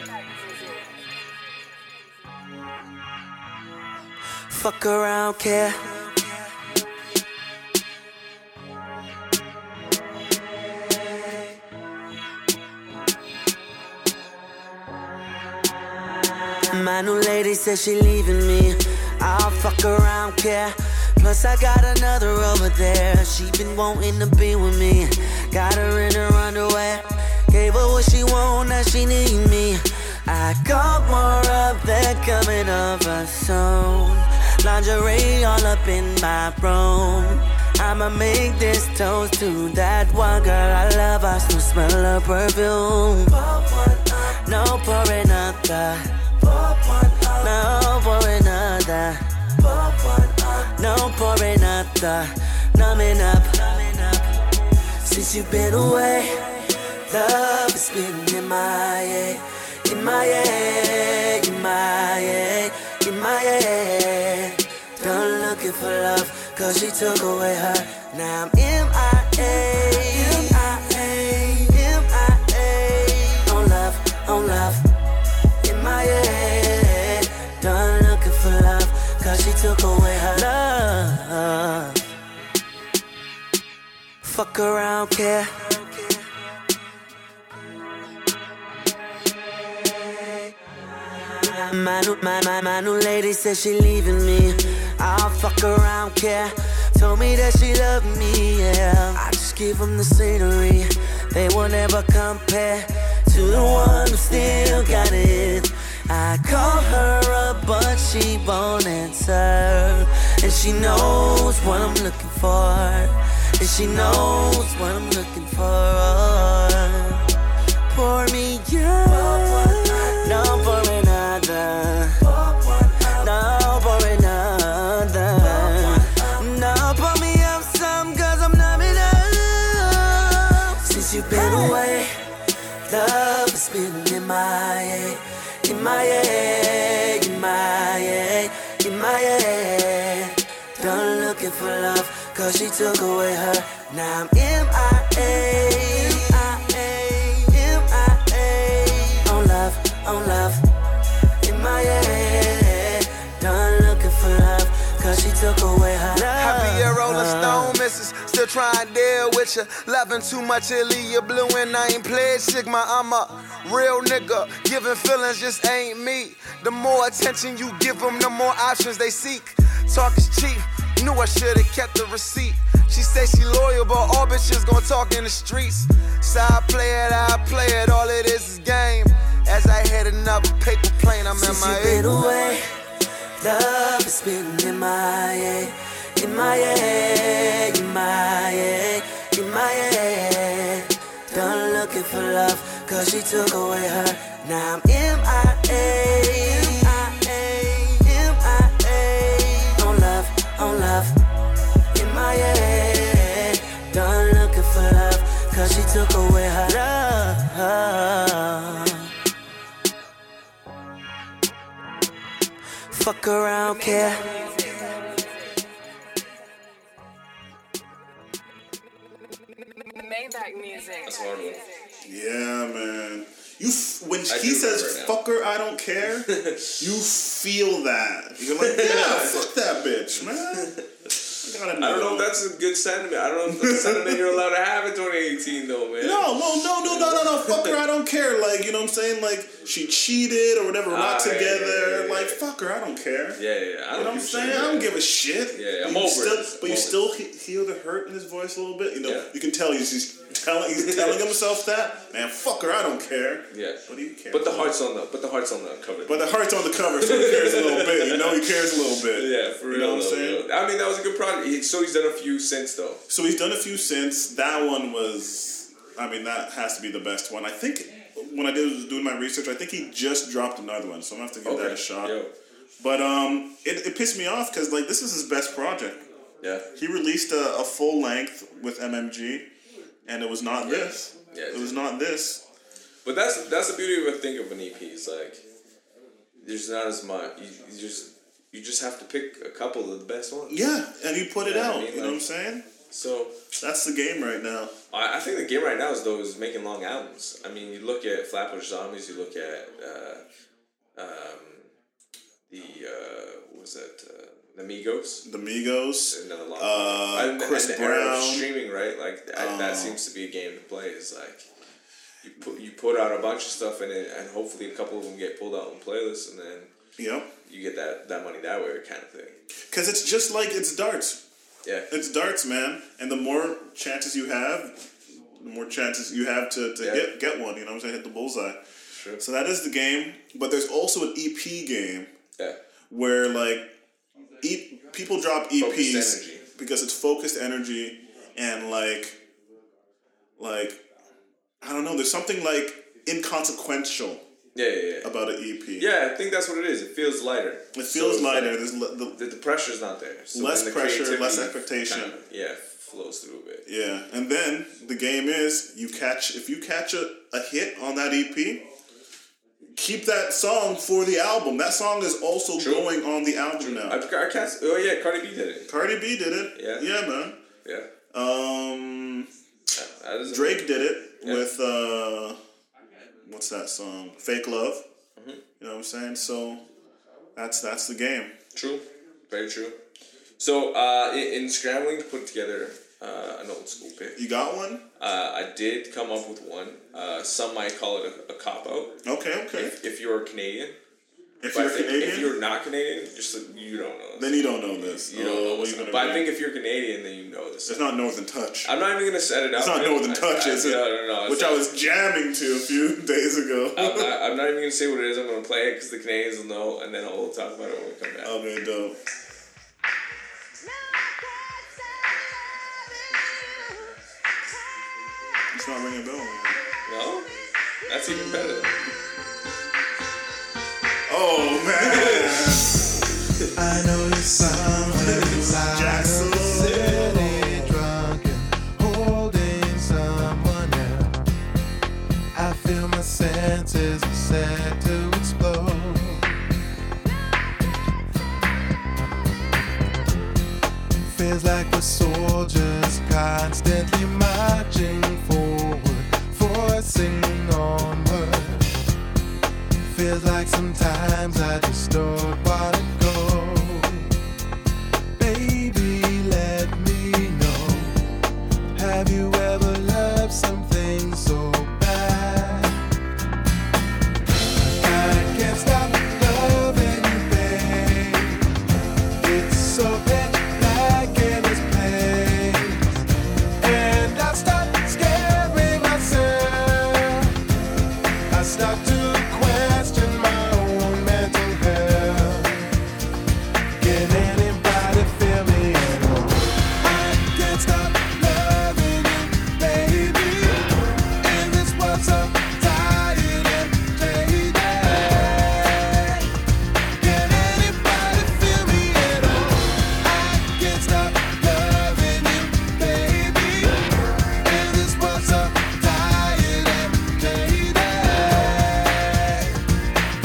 Speaker 6: Fuck around, care. My new lady says she leaving me. I'll fuck around, care. Plus I got another over there. She been wanting to be with me. Got her in her underwear. Gave her what she want, now she need me. I got more of that coming over soon. Lingerie all up in my room. I'ma make this toast to that one girl I love. I still smell her perfume. No pour another. No pour another. No pour another. Numbing up. Since you've been away, love has been in my head. In my head, in my head, in my head. Done looking for love, cause she took away her. Now I'm MIA. MIA. MIA. On love, on love in my head. Done looking for love, cause she took away her love. Fuck around, care. My new, my, my, my new lady says she leaving me. I'll fuck around, care. Told me that she loved me, yeah. I just give 'em the scenery. They will never compare to the one who still got it. I call her up, but she won't answer. And she knows what I'm looking for. And she knows what I'm looking for pour me out. No for another. No for another. No pour me up some cause I'm numbing up. Since you've been away, love has been in my head. In my head, in my head, in my head. Done looking for love, cause she took away her. Now I'm MIA. MIA. On love, on love. In my head. Done looking for love, cause she took away her love.
Speaker 11: Happy a rolling stone, missus. Still trying to deal with ya. Loving too much, it leave you blue, and I ain't played Sigma. I'm a real nigga. Giving feelings just ain't me. The more attention you give them, the more options they seek. Talk is cheap. Knew I should've kept the receipt. She say she loyal, but all bitches gon' talk in the streets. Side play it, I play it. All it is is game. As I head another paper plane, I'm in
Speaker 6: Since
Speaker 11: my
Speaker 6: you've been away, love has been in my head, in my head, in my head, in my head. Done looking for love, cause she took away her. Now I'm MIA. MIA. On love, on love, in my head. Done looking for love, cause she took away her love. Fuck around, care.
Speaker 10: Maybach music.
Speaker 2: That's a hard one.
Speaker 1: Yeah, man. You f- when
Speaker 2: I
Speaker 1: he
Speaker 2: do
Speaker 1: says
Speaker 2: remember
Speaker 1: "fucker," I don't care. you feel that. You're like, yeah, fuck that bitch, man. I, gotta
Speaker 2: I don't know if that's a good sentiment. I don't know if that's a sentiment you're allowed to have in 2018, though, man.
Speaker 1: No, well, no, no, no, no, no. Fuck her. I don't care. Like, you know what I'm saying? Like, she cheated or whatever. We're not
Speaker 2: Ah, yeah,
Speaker 1: together.
Speaker 2: yeah, yeah, yeah,
Speaker 1: like, fuck her, I don't care.
Speaker 2: Yeah, yeah, yeah. I
Speaker 1: you know what
Speaker 2: don't
Speaker 1: I'm
Speaker 2: give a
Speaker 1: saying?
Speaker 2: shit.
Speaker 1: I don't give a shit.
Speaker 2: Yeah,
Speaker 1: But
Speaker 2: I'm
Speaker 1: you
Speaker 2: over
Speaker 1: still,
Speaker 2: it.
Speaker 1: But
Speaker 2: I'm
Speaker 1: you
Speaker 2: over
Speaker 1: still he- hear the hurt in his voice a little bit. You know,
Speaker 2: Yeah.
Speaker 1: you can tell he's just telling he's telling himself that man, fuck her, I don't care.
Speaker 2: Yeah.
Speaker 1: But he cares.
Speaker 2: But the heart's on the but the heart's on the cover.
Speaker 1: But the heart's on the cover, so he cares a little bit. You know, he cares a little bit.
Speaker 2: Yeah, for real.
Speaker 1: You know what I'm
Speaker 2: though,
Speaker 1: saying?
Speaker 2: yo. I mean, that was a good project. He- So he's done a few since though.
Speaker 1: So he's done a few since. That one was, I mean, that has to be the best one. I think when I did was doing my research, I think he just dropped another one, so I'm gonna have to give that
Speaker 2: Okay,
Speaker 1: a shot.
Speaker 2: yo.
Speaker 1: But um, it, it pissed me off because like this is his best project.
Speaker 2: Yeah.
Speaker 1: He released a, a full length with MMG, and it was not this.
Speaker 2: Yeah,
Speaker 1: it was not this.
Speaker 2: But that's that's the beauty of a thing of an EP. It's like there's not as much. You, you just you just have to pick a couple of the best ones.
Speaker 1: Yeah, and he put it
Speaker 2: Yeah, I
Speaker 1: out.
Speaker 2: mean,
Speaker 1: you know what I'm
Speaker 2: like-
Speaker 1: saying?
Speaker 2: So
Speaker 1: That's the game right now.
Speaker 2: I, I think the game right now is though is making long albums. I mean, you look at Flatbush Zombies. You look at uh, um, the uh, what was that? Uh, the Migos.
Speaker 1: The Migos,
Speaker 2: Another long
Speaker 1: uh,
Speaker 2: album. And- and
Speaker 1: Chris
Speaker 2: the era of
Speaker 1: Brown.
Speaker 2: streaming, right? Like that, that
Speaker 1: Oh.
Speaker 2: seems to be a game to play. Is like you put you put out a bunch of stuff and it, and hopefully a couple of them get pulled out on playlists and then
Speaker 1: Yep.
Speaker 2: you get that that money that way kind of thing.
Speaker 1: Because it's just like it's darts.
Speaker 2: Yeah.
Speaker 1: It's darts, man. And the more chances you have, the more chances you have to, to
Speaker 2: Yeah.
Speaker 1: hit, get one, you know what I'm saying? Hit the bullseye.
Speaker 2: Sure.
Speaker 1: So that is the game. But there's also an EP game
Speaker 2: Yeah.
Speaker 1: where, like, e- people drop EPs
Speaker 2: Focused energy.
Speaker 1: because it's focused energy and, like, like, I don't know, there's something, like, inconsequential
Speaker 2: Yeah, yeah, yeah.
Speaker 1: about an EP.
Speaker 2: Yeah, I think that's what it is. It feels lighter.
Speaker 1: It feels
Speaker 2: So,
Speaker 1: lighter.
Speaker 2: like,
Speaker 1: There's le- the,
Speaker 2: The, the pressure's not there. So
Speaker 1: Less
Speaker 2: then the
Speaker 1: pressure,
Speaker 2: creativity
Speaker 1: less expectation.
Speaker 2: Kind of, yeah, flows through a bit.
Speaker 1: Yeah, and then the game is you catch if you catch a, a hit on that EP, keep that song for the album. That song is also
Speaker 2: True.
Speaker 1: going on the album
Speaker 2: I,
Speaker 1: now.
Speaker 2: I can't. Oh yeah, Cardi B did it.
Speaker 1: Cardi B did it.
Speaker 2: Yeah.
Speaker 1: yeah, man.
Speaker 2: Yeah.
Speaker 1: Um,
Speaker 2: That- that is-
Speaker 1: Drake did it
Speaker 2: Yeah.
Speaker 1: with uh, what's that song? Fake Love.
Speaker 2: Mm-hmm.
Speaker 1: You know what I'm saying? So that's that's the game.
Speaker 2: True. Very true. So uh, in, in scrambling to put together uh, an old school pick,
Speaker 1: You got one?
Speaker 2: uh, I did come up with one. Uh, some might call it a, a cop out.
Speaker 1: Okay, okay.
Speaker 2: If, if you're Canadian,
Speaker 1: If
Speaker 2: But I
Speaker 1: you're
Speaker 2: think
Speaker 1: Canadian,
Speaker 2: if you're not Canadian, just like, you don't know.
Speaker 1: then you don't know this.
Speaker 2: You don't
Speaker 1: Oh,
Speaker 2: know
Speaker 1: what
Speaker 2: this.
Speaker 1: you gonna
Speaker 2: But
Speaker 1: do?
Speaker 2: I think if you're Canadian, then you know this.
Speaker 1: it's not Northern Touch.
Speaker 2: I'm not even gonna set it up.
Speaker 1: It's not
Speaker 2: man.
Speaker 1: Northern
Speaker 2: I-
Speaker 1: Touch,
Speaker 2: I-
Speaker 1: is it?
Speaker 2: No, no, no. it's
Speaker 1: Which I
Speaker 2: not.
Speaker 1: was jamming to a few days ago.
Speaker 2: I'm not, I'm not even gonna say what it is. I'm gonna play it because the Canadians will know, and then I'll talk about it when we come back.
Speaker 1: oh man, dope. It's not ringing a bell.
Speaker 2: no, that's even better.
Speaker 1: Oh man,
Speaker 9: I know you're somewhere out
Speaker 1: Jackson.
Speaker 9: city drunk and holding someone else. I feel my senses are set to explode. Feels like we're soldiers constantly marching forward, forcing onward. Feels like sometimes I just don't want to go. Baby, let me know. Have you ever loved something so bad? I can't stop loving you, babe. It's so pitch black in this place. And I start scaring myself. I start to question my own mental health. Can anybody feel me at all? I can't stop loving you, baby. And this world's so tired and jaded. Can anybody feel me at all? I can't stop loving you, baby. And this world's so tired and jaded.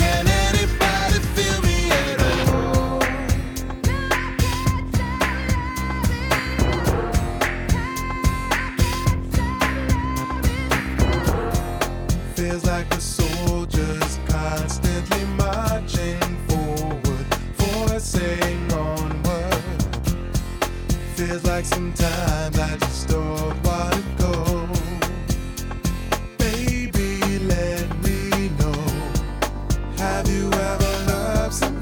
Speaker 9: Can anybody feel me at all? Feels like the soldiers constantly marching forward, forcing onward. Feels like sometimes I just don't want to go. Baby, let me know. Have you ever loved something?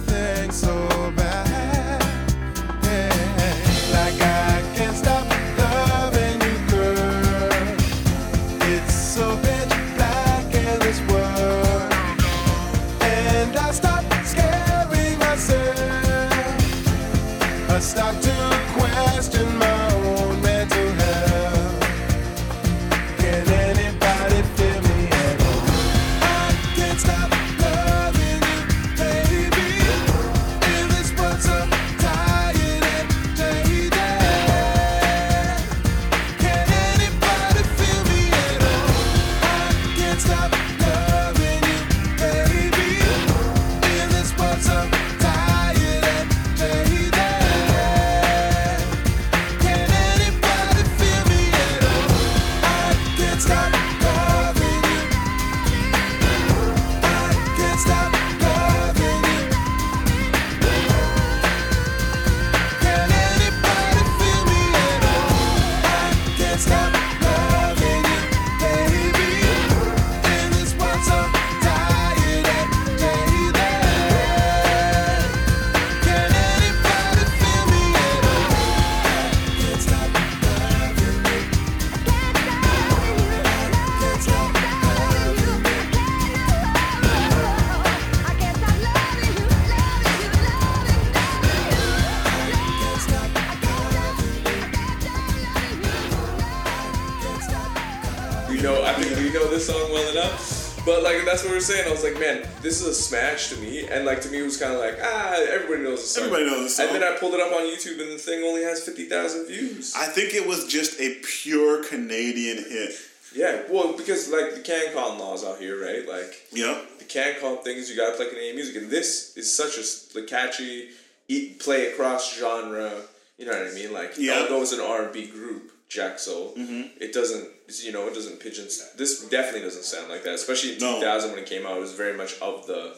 Speaker 2: up. But like that's what we were saying. I was like, man, this is a smash to me, and like to me it was kind of like ah, everybody knows this.
Speaker 1: Everybody knows this
Speaker 2: And
Speaker 1: song.
Speaker 2: then I pulled it up on YouTube, and the thing only has fifty thousand views.
Speaker 1: I think it was just a pure Canadian hit.
Speaker 2: Yeah, well, because like the CanCon laws out here, right? Like
Speaker 1: Yeah.
Speaker 2: the CanCon thing is you gotta play Canadian music, and this is such a s- like, catchy, eat, play across genre. You know what I mean? Like
Speaker 1: Yeah. Mm-hmm.
Speaker 2: although it's an R and B group, Jack Soul, it doesn't it's, you know it doesn't pigeon. This definitely doesn't sound like that, especially in
Speaker 1: No.
Speaker 2: two thousand when it came out. It was very much of the.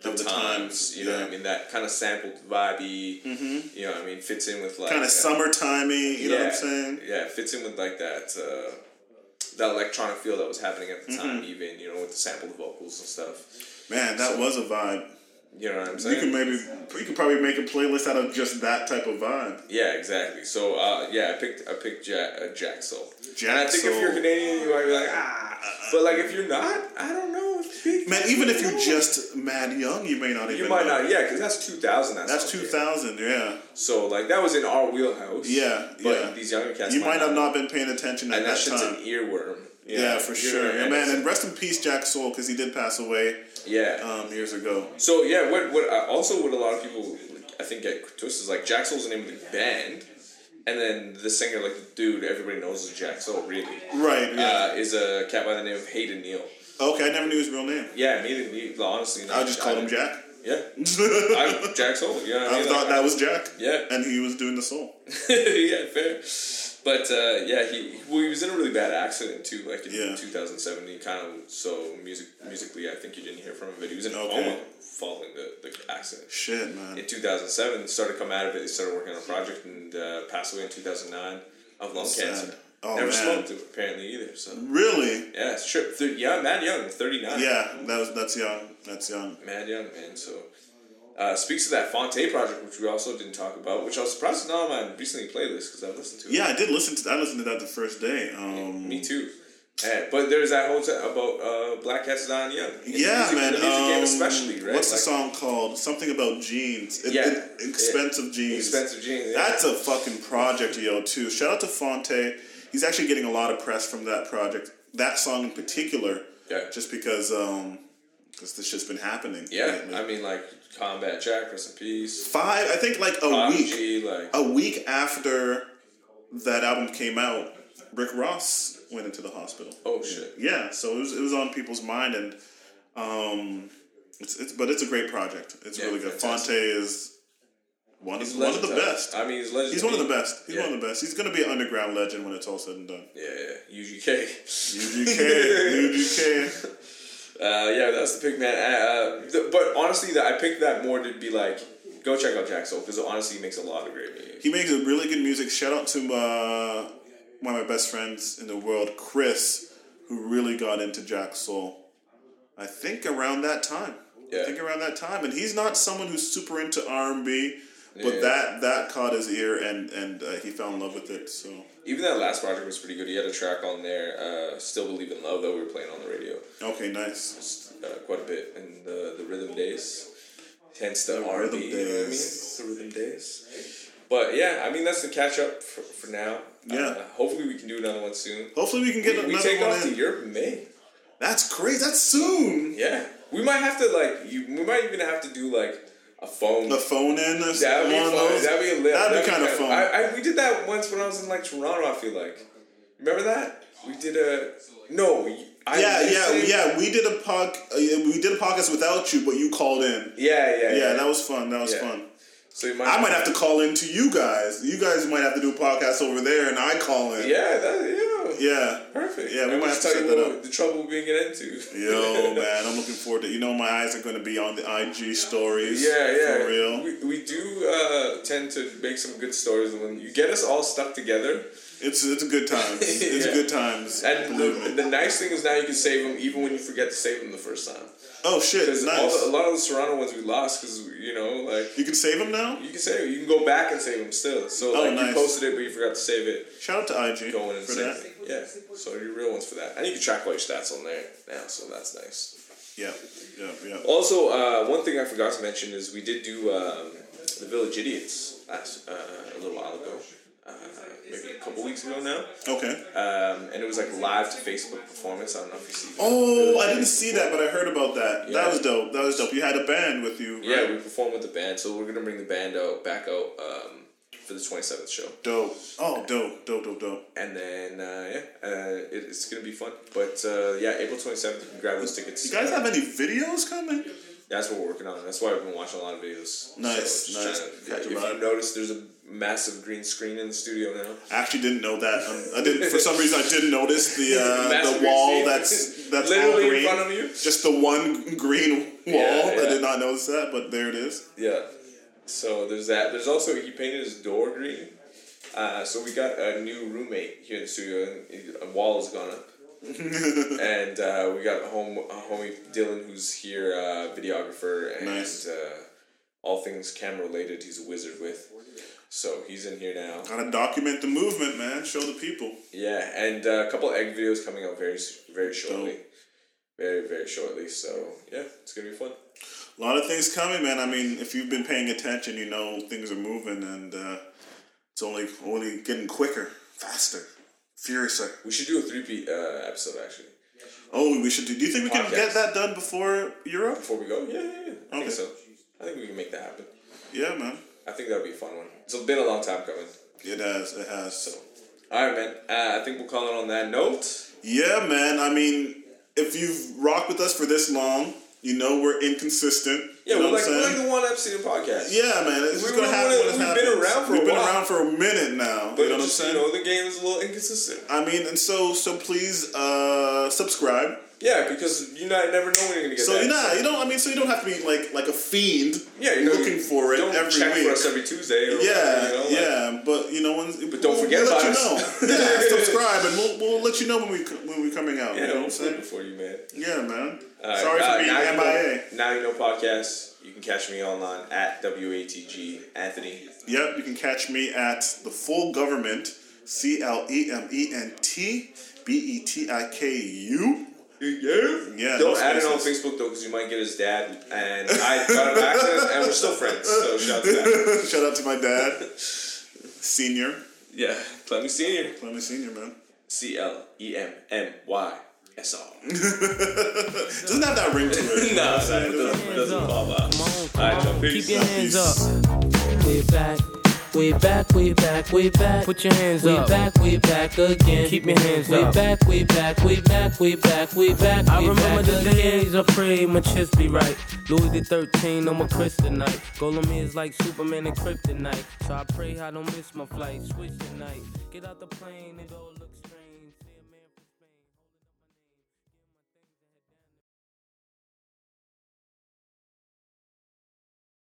Speaker 2: The,
Speaker 1: Of the
Speaker 2: times,
Speaker 1: times,
Speaker 2: you know
Speaker 1: yeah.
Speaker 2: what I mean? That kind of sampled vibey, you know what I mean? Fits in with like
Speaker 1: Kind of
Speaker 2: uh,
Speaker 1: summertimey, you know what I'm saying?
Speaker 2: yeah, it fits in with like that uh, that electronic feel that was happening at the
Speaker 1: Mm-hmm.
Speaker 2: time, even you know, with the sampled vocals and stuff.
Speaker 1: Man, that was a vibe.
Speaker 2: You know what I'm
Speaker 1: You
Speaker 2: saying?
Speaker 1: can maybe you could probably make a playlist out of just that type of vibe.
Speaker 2: yeah, exactly. So uh, yeah, I picked I picked Jack uh, Jack Soul. and I
Speaker 1: Jack
Speaker 2: think if
Speaker 1: Soul.
Speaker 2: you're Canadian, you might be like ah, but like if you're not, I don't know. It's big.
Speaker 1: Uh, Man, even if you're just mad young, you may not even.
Speaker 2: you might
Speaker 1: know.
Speaker 2: not, yeah, because that's two thousand. That's,
Speaker 1: That's
Speaker 2: out
Speaker 1: two
Speaker 2: there.
Speaker 1: thousand. Yeah.
Speaker 2: So like that was in our wheelhouse.
Speaker 1: Yeah,
Speaker 2: but
Speaker 1: yeah.
Speaker 2: these younger cats,
Speaker 1: You might have not been paying attention at
Speaker 2: And that
Speaker 1: that
Speaker 2: shit's an
Speaker 1: time.
Speaker 2: earworm.
Speaker 1: Yeah, for
Speaker 2: You know
Speaker 1: sure.
Speaker 2: what I
Speaker 1: Yeah,
Speaker 2: mean?
Speaker 1: man, and rest in peace, Jack Soul, because he did pass away
Speaker 2: yeah.
Speaker 1: um, years ago.
Speaker 2: So yeah, what what I- also what a lot of people I think get twisted is like Jack Soul's the name of the band, and then the singer like dude everybody knows is Jack Soul really
Speaker 1: Right. Yeah.
Speaker 2: uh, is a cat by the name of Hayden Neal.
Speaker 1: okay, I never knew his real name.
Speaker 2: Yeah, me neither. me- Honestly,
Speaker 1: I just called him Jack.
Speaker 2: Yeah,
Speaker 1: I
Speaker 2: I'm Jack Soul. You know what I mean?
Speaker 1: thought
Speaker 2: Like,
Speaker 1: that was Jack.
Speaker 2: Yeah.
Speaker 1: And he was doing the soul.
Speaker 2: yeah, fair. But uh, yeah, he well, he was in a really bad accident too, like in
Speaker 1: Yeah.
Speaker 2: 2007. He kind of so music musically, I think you didn't hear from him, but he was in
Speaker 1: Okay.
Speaker 2: coma following the, the accident.
Speaker 1: Shit, man.
Speaker 2: in 2007 started to come out of it. They started working on a project and uh, passed away in 2009 of lung
Speaker 1: Sad.
Speaker 2: cancer.
Speaker 1: Oh,
Speaker 2: Never
Speaker 1: man.
Speaker 2: smoked it, apparently either. So
Speaker 1: Really?
Speaker 2: yeah, it's trip. Thir- yeah, Mad Young, 39.
Speaker 1: Yeah. That was that's young. That's young.
Speaker 2: Mad Young, man. So uh, speaks to that Fonte project, which we also didn't talk about, which I was surprised it's not on my recently playlist because I've listened to it.
Speaker 1: Yeah, I did listen to. I listened to that the first day. Um,
Speaker 2: me too. Eh, but there's that whole t- about uh, Black Cats Don Young. And the
Speaker 1: Yeah,
Speaker 2: music,
Speaker 1: man.
Speaker 2: The music game
Speaker 1: um,
Speaker 2: especially, right?
Speaker 1: What's the
Speaker 2: Like,
Speaker 1: song called? Something about jeans. It-
Speaker 2: Yeah.
Speaker 1: it- expensive jeans.
Speaker 2: Expensive jeans. yeah.
Speaker 1: That's a fucking project, yo. Too. Shout out to Fonte. He's actually getting a lot of press from that project. That song in particular.
Speaker 2: Yeah.
Speaker 1: Just because, um, because this shit's been happening.
Speaker 2: yeah.
Speaker 1: lately.
Speaker 2: I mean, like Combat Jack, rest in peace.
Speaker 1: five. I think like a week.
Speaker 2: Prodigy, like
Speaker 1: a week after that album came out, Rick Ross went into the hospital.
Speaker 2: Oh shit!
Speaker 1: Yeah, so it was, it was on people's mind, and um, it's, it's but it's a great project. It's
Speaker 2: Yeah,
Speaker 1: really good.
Speaker 2: fantastic.
Speaker 1: Fonte is one of,
Speaker 2: He's
Speaker 1: one of the
Speaker 2: legendary.
Speaker 1: best.
Speaker 2: I mean, he's legendary.
Speaker 1: He's one of the best. He's
Speaker 2: yeah.
Speaker 1: one of the best. He's gonna be an underground legend when it's all said and done.
Speaker 2: Yeah, yeah. UGK.
Speaker 1: UGK, UGK.
Speaker 2: Uh, yeah, that's the pick, man. Uh, uh, th- but honestly, that I picked that more to be like, go check out Jack Soul because honestly, he makes a lot of great music.
Speaker 1: He makes a really good music. Shout out to uh, one of my best friends in the world, Chris, who really got into Jack Soul. I think around that time.
Speaker 2: Yeah.
Speaker 1: I think around that time, and he's not someone who's super into R and B, but
Speaker 2: Yeah.
Speaker 1: that that caught his ear, and and uh, he fell in love with it. So
Speaker 2: Even that last project was pretty good. He had a track on there, uh, "Still Believe in Love," that we were playing on the radio
Speaker 1: okay, nice.
Speaker 2: uh, quite a bit in the the Rhythm Days. Hence the, R&B.
Speaker 1: Rhythm
Speaker 2: you know what I
Speaker 1: Days.
Speaker 2: mean? The Rhythm Days. But yeah, I mean that's the catch up for, for now.
Speaker 1: Yeah.
Speaker 2: Uh, hopefully we can do another one soon.
Speaker 1: Hopefully, we can get
Speaker 2: we
Speaker 1: another
Speaker 2: take
Speaker 1: one
Speaker 2: off
Speaker 1: in.
Speaker 2: to Europe in May.
Speaker 1: That's crazy. That's soon.
Speaker 2: Yeah, we might have to like. You, we might even have to do like a phone.
Speaker 1: The phone in. or
Speaker 2: that would be
Speaker 1: one of
Speaker 2: fun.
Speaker 1: those.
Speaker 2: That'd be a lit.
Speaker 1: That'd be kind of
Speaker 2: kinda-
Speaker 1: fun.
Speaker 2: I, I, we did that once when I was in like Toronto. I feel like. Remember that we did a no. I
Speaker 1: yeah, yeah,
Speaker 2: listened-
Speaker 1: yeah. We did a pod. Uh, we did a podcast without you, but you called in.
Speaker 2: yeah, yeah,
Speaker 1: Yeah, that was fun. That was
Speaker 2: Yeah.
Speaker 1: fun.
Speaker 2: So you might.
Speaker 1: I might have to call in to you guys. You guys might have to do a podcast over there, and I call in.
Speaker 2: Yeah, that, yeah.
Speaker 1: Yeah.
Speaker 2: Perfect.
Speaker 1: Yeah, we
Speaker 2: And
Speaker 1: might
Speaker 2: just
Speaker 1: have to
Speaker 2: tell
Speaker 1: set
Speaker 2: you
Speaker 1: that
Speaker 2: what The trouble we get into.
Speaker 1: Yo, man, I'm looking forward to. You know, my eyes are going to be on the IG stories.
Speaker 2: Yeah, yeah.
Speaker 1: For real.
Speaker 2: We, we do uh, tend to make some good stories when you get us all stuck together.
Speaker 1: it's it's a good times. It's
Speaker 2: Yeah.
Speaker 1: good times.
Speaker 2: And
Speaker 1: believe
Speaker 2: the,
Speaker 1: me.
Speaker 2: the nice thing is now you can save them even when you forget to save them the first time.
Speaker 1: oh shit,
Speaker 2: Because
Speaker 1: nice.
Speaker 2: a lot of the Toronto ones we lost because you know like
Speaker 1: you can save them now.
Speaker 2: you can save you can go back and save them still. So
Speaker 1: Oh,
Speaker 2: like you
Speaker 1: nice.
Speaker 2: posted it but you forgot to save it.
Speaker 1: Shout out to IG
Speaker 2: Go in and
Speaker 1: for
Speaker 2: save
Speaker 1: that.
Speaker 2: it. Yeah. So your real ones for that, and you can track all your stats on there now. So that's nice.
Speaker 1: Yeah, yeah, yeah.
Speaker 2: Also, uh, one thing I forgot to mention is we did do um, the Village Idiots last uh, a little while ago. uh, maybe a couple weeks ago now.
Speaker 1: Okay.
Speaker 2: Um, and it was like live to Facebook performance. I don't know if you see. that.
Speaker 1: Oh, I didn't see that, but I heard about that. That was dope. That was dope. You had a band with you, right?
Speaker 2: Yeah, we perform with the band, so we're gonna bring the band out back out um, for the twenty seventh show.
Speaker 1: Dope. Oh, dope, dope, dope, dope.
Speaker 2: And then uh, yeah, uh, it, it's gonna be fun. But uh, yeah, April twenty seventh, you can grab those tickets.
Speaker 1: You guys have any videos coming?
Speaker 2: That's what we're working on. That's why I've been watching a lot of videos.
Speaker 1: Nice,
Speaker 2: just
Speaker 1: nice.
Speaker 2: trying to-
Speaker 1: Catch a
Speaker 2: if
Speaker 1: vibe.
Speaker 2: you notice, there's a massive green screen in the studio now.
Speaker 1: I actually didn't know that. Um, I didn't. For some reason, I didn't notice the uh,
Speaker 2: Master
Speaker 1: the wall
Speaker 2: Green
Speaker 1: that's that's
Speaker 2: Literally
Speaker 1: all
Speaker 2: in
Speaker 1: green.
Speaker 2: front of you?
Speaker 1: Just the one green wall.
Speaker 2: Yeah,
Speaker 1: I
Speaker 2: yeah.
Speaker 1: did not notice that, but there it is.
Speaker 2: Yeah. So there's that. There's also he painted his door green. Uh, so we got a new roommate here in the studio, and he- a wall has gone up. and uh, we got a home a homie Dylan, who's here, uh, videographer and
Speaker 1: Nice.
Speaker 2: uh, all things camera related. He's a wizard with. So he's in here now.
Speaker 1: Gotta document the movement, man. Show the people.
Speaker 2: Yeah, and uh, a couple egg videos coming out very s- very shortly. Very very shortly. So yeah, it's gonna be fun.
Speaker 1: A lot of things coming, man. I mean, if you've been paying attention, you know things are moving, and uh, it's only only getting quicker, faster, furiouser.
Speaker 2: We should do a three P uh, episode actually.
Speaker 1: Oh, we should do. Do you think we can get
Speaker 2: Podcast.
Speaker 1: that done before Europe?
Speaker 2: Before we go, yeah, yeah, yeah. I
Speaker 1: Okay.
Speaker 2: think so. I think we can make that happen.
Speaker 1: Yeah, man.
Speaker 2: I think that'll be a fun one. It's been a long time coming.
Speaker 1: It has. It has.
Speaker 2: All right, man. Uh, I think we'll call it on that note.
Speaker 1: Yeah, man. I mean, if you've rocked with us for this long, you know we're inconsistent.
Speaker 2: Yeah,
Speaker 1: you know
Speaker 2: we're like
Speaker 1: what I'm
Speaker 2: we're like
Speaker 1: saying?
Speaker 2: the one episode podcast.
Speaker 1: yeah, man. It's
Speaker 2: We-
Speaker 1: just gonna
Speaker 2: we-
Speaker 1: happen.
Speaker 2: we-
Speaker 1: when it
Speaker 2: we've
Speaker 1: happens.
Speaker 2: been around for a
Speaker 1: We've been
Speaker 2: while.
Speaker 1: around for a minute now.
Speaker 2: But
Speaker 1: you know what I'm
Speaker 2: just, you
Speaker 1: saying?
Speaker 2: know, the game is a little inconsistent.
Speaker 1: I mean, and so so please uh subscribe.
Speaker 2: Yeah, because you not never know when you're gonna get.
Speaker 1: So
Speaker 2: that
Speaker 1: you're not,
Speaker 2: episode.
Speaker 1: you don't. I mean, so you don't have to be like like a fiend.
Speaker 2: Yeah, you know,
Speaker 1: looking for it
Speaker 2: don't
Speaker 1: every
Speaker 2: check
Speaker 1: week.
Speaker 2: for us every Tuesday. Or
Speaker 1: yeah,
Speaker 2: whatever, you know, like-
Speaker 1: yeah, but you know, when,
Speaker 2: But don't forget
Speaker 1: we'll
Speaker 2: about
Speaker 1: let
Speaker 2: us.
Speaker 1: you know. yeah, subscribe, and we'll, we'll let you know when we when we're coming out.
Speaker 2: yeah,
Speaker 1: you know what I'm
Speaker 2: we're
Speaker 1: saying?
Speaker 2: flipping for you, man.
Speaker 1: Yeah, man.
Speaker 2: All right,
Speaker 1: Sorry
Speaker 2: uh,
Speaker 1: for being
Speaker 2: now You
Speaker 1: MIA.
Speaker 2: know, now you know podcast. You can catch me online at WATG Anthony.
Speaker 1: Yep, you can catch me at the full government, C L E M E N T B E T I K U.
Speaker 2: Yeah.
Speaker 1: Yeah,
Speaker 2: Don't
Speaker 1: no
Speaker 2: add it on
Speaker 1: spaces.
Speaker 2: Facebook though, because you might get his dad. And I got him access, and we're still friends. So shout out to that.
Speaker 1: Shout out to my dad, senior,
Speaker 2: Yeah, Clemmy Senior.
Speaker 1: Clemmy Senior, man.
Speaker 2: C L E M M Y S R.
Speaker 1: Doesn't have that ring to it.
Speaker 2: Nah, nah, it doesn't, it doesn't pop out. Alright, y'all, peace.
Speaker 12: Keep your hands up. We back. We back, we back, we back. Put your hands we
Speaker 13: up.
Speaker 12: We back, we back again.
Speaker 13: Keep your hands
Speaker 12: we
Speaker 13: up.
Speaker 12: back, we back, we back, we back, we back.
Speaker 13: I
Speaker 12: we
Speaker 13: remember
Speaker 12: back
Speaker 13: the
Speaker 12: again.
Speaker 13: days I prayed my chips be right. Louis the 13 on my kryptonite. Golem is like Superman and kryptonite. So I pray I don't miss my flight. Switch the night. Get out the plane and go.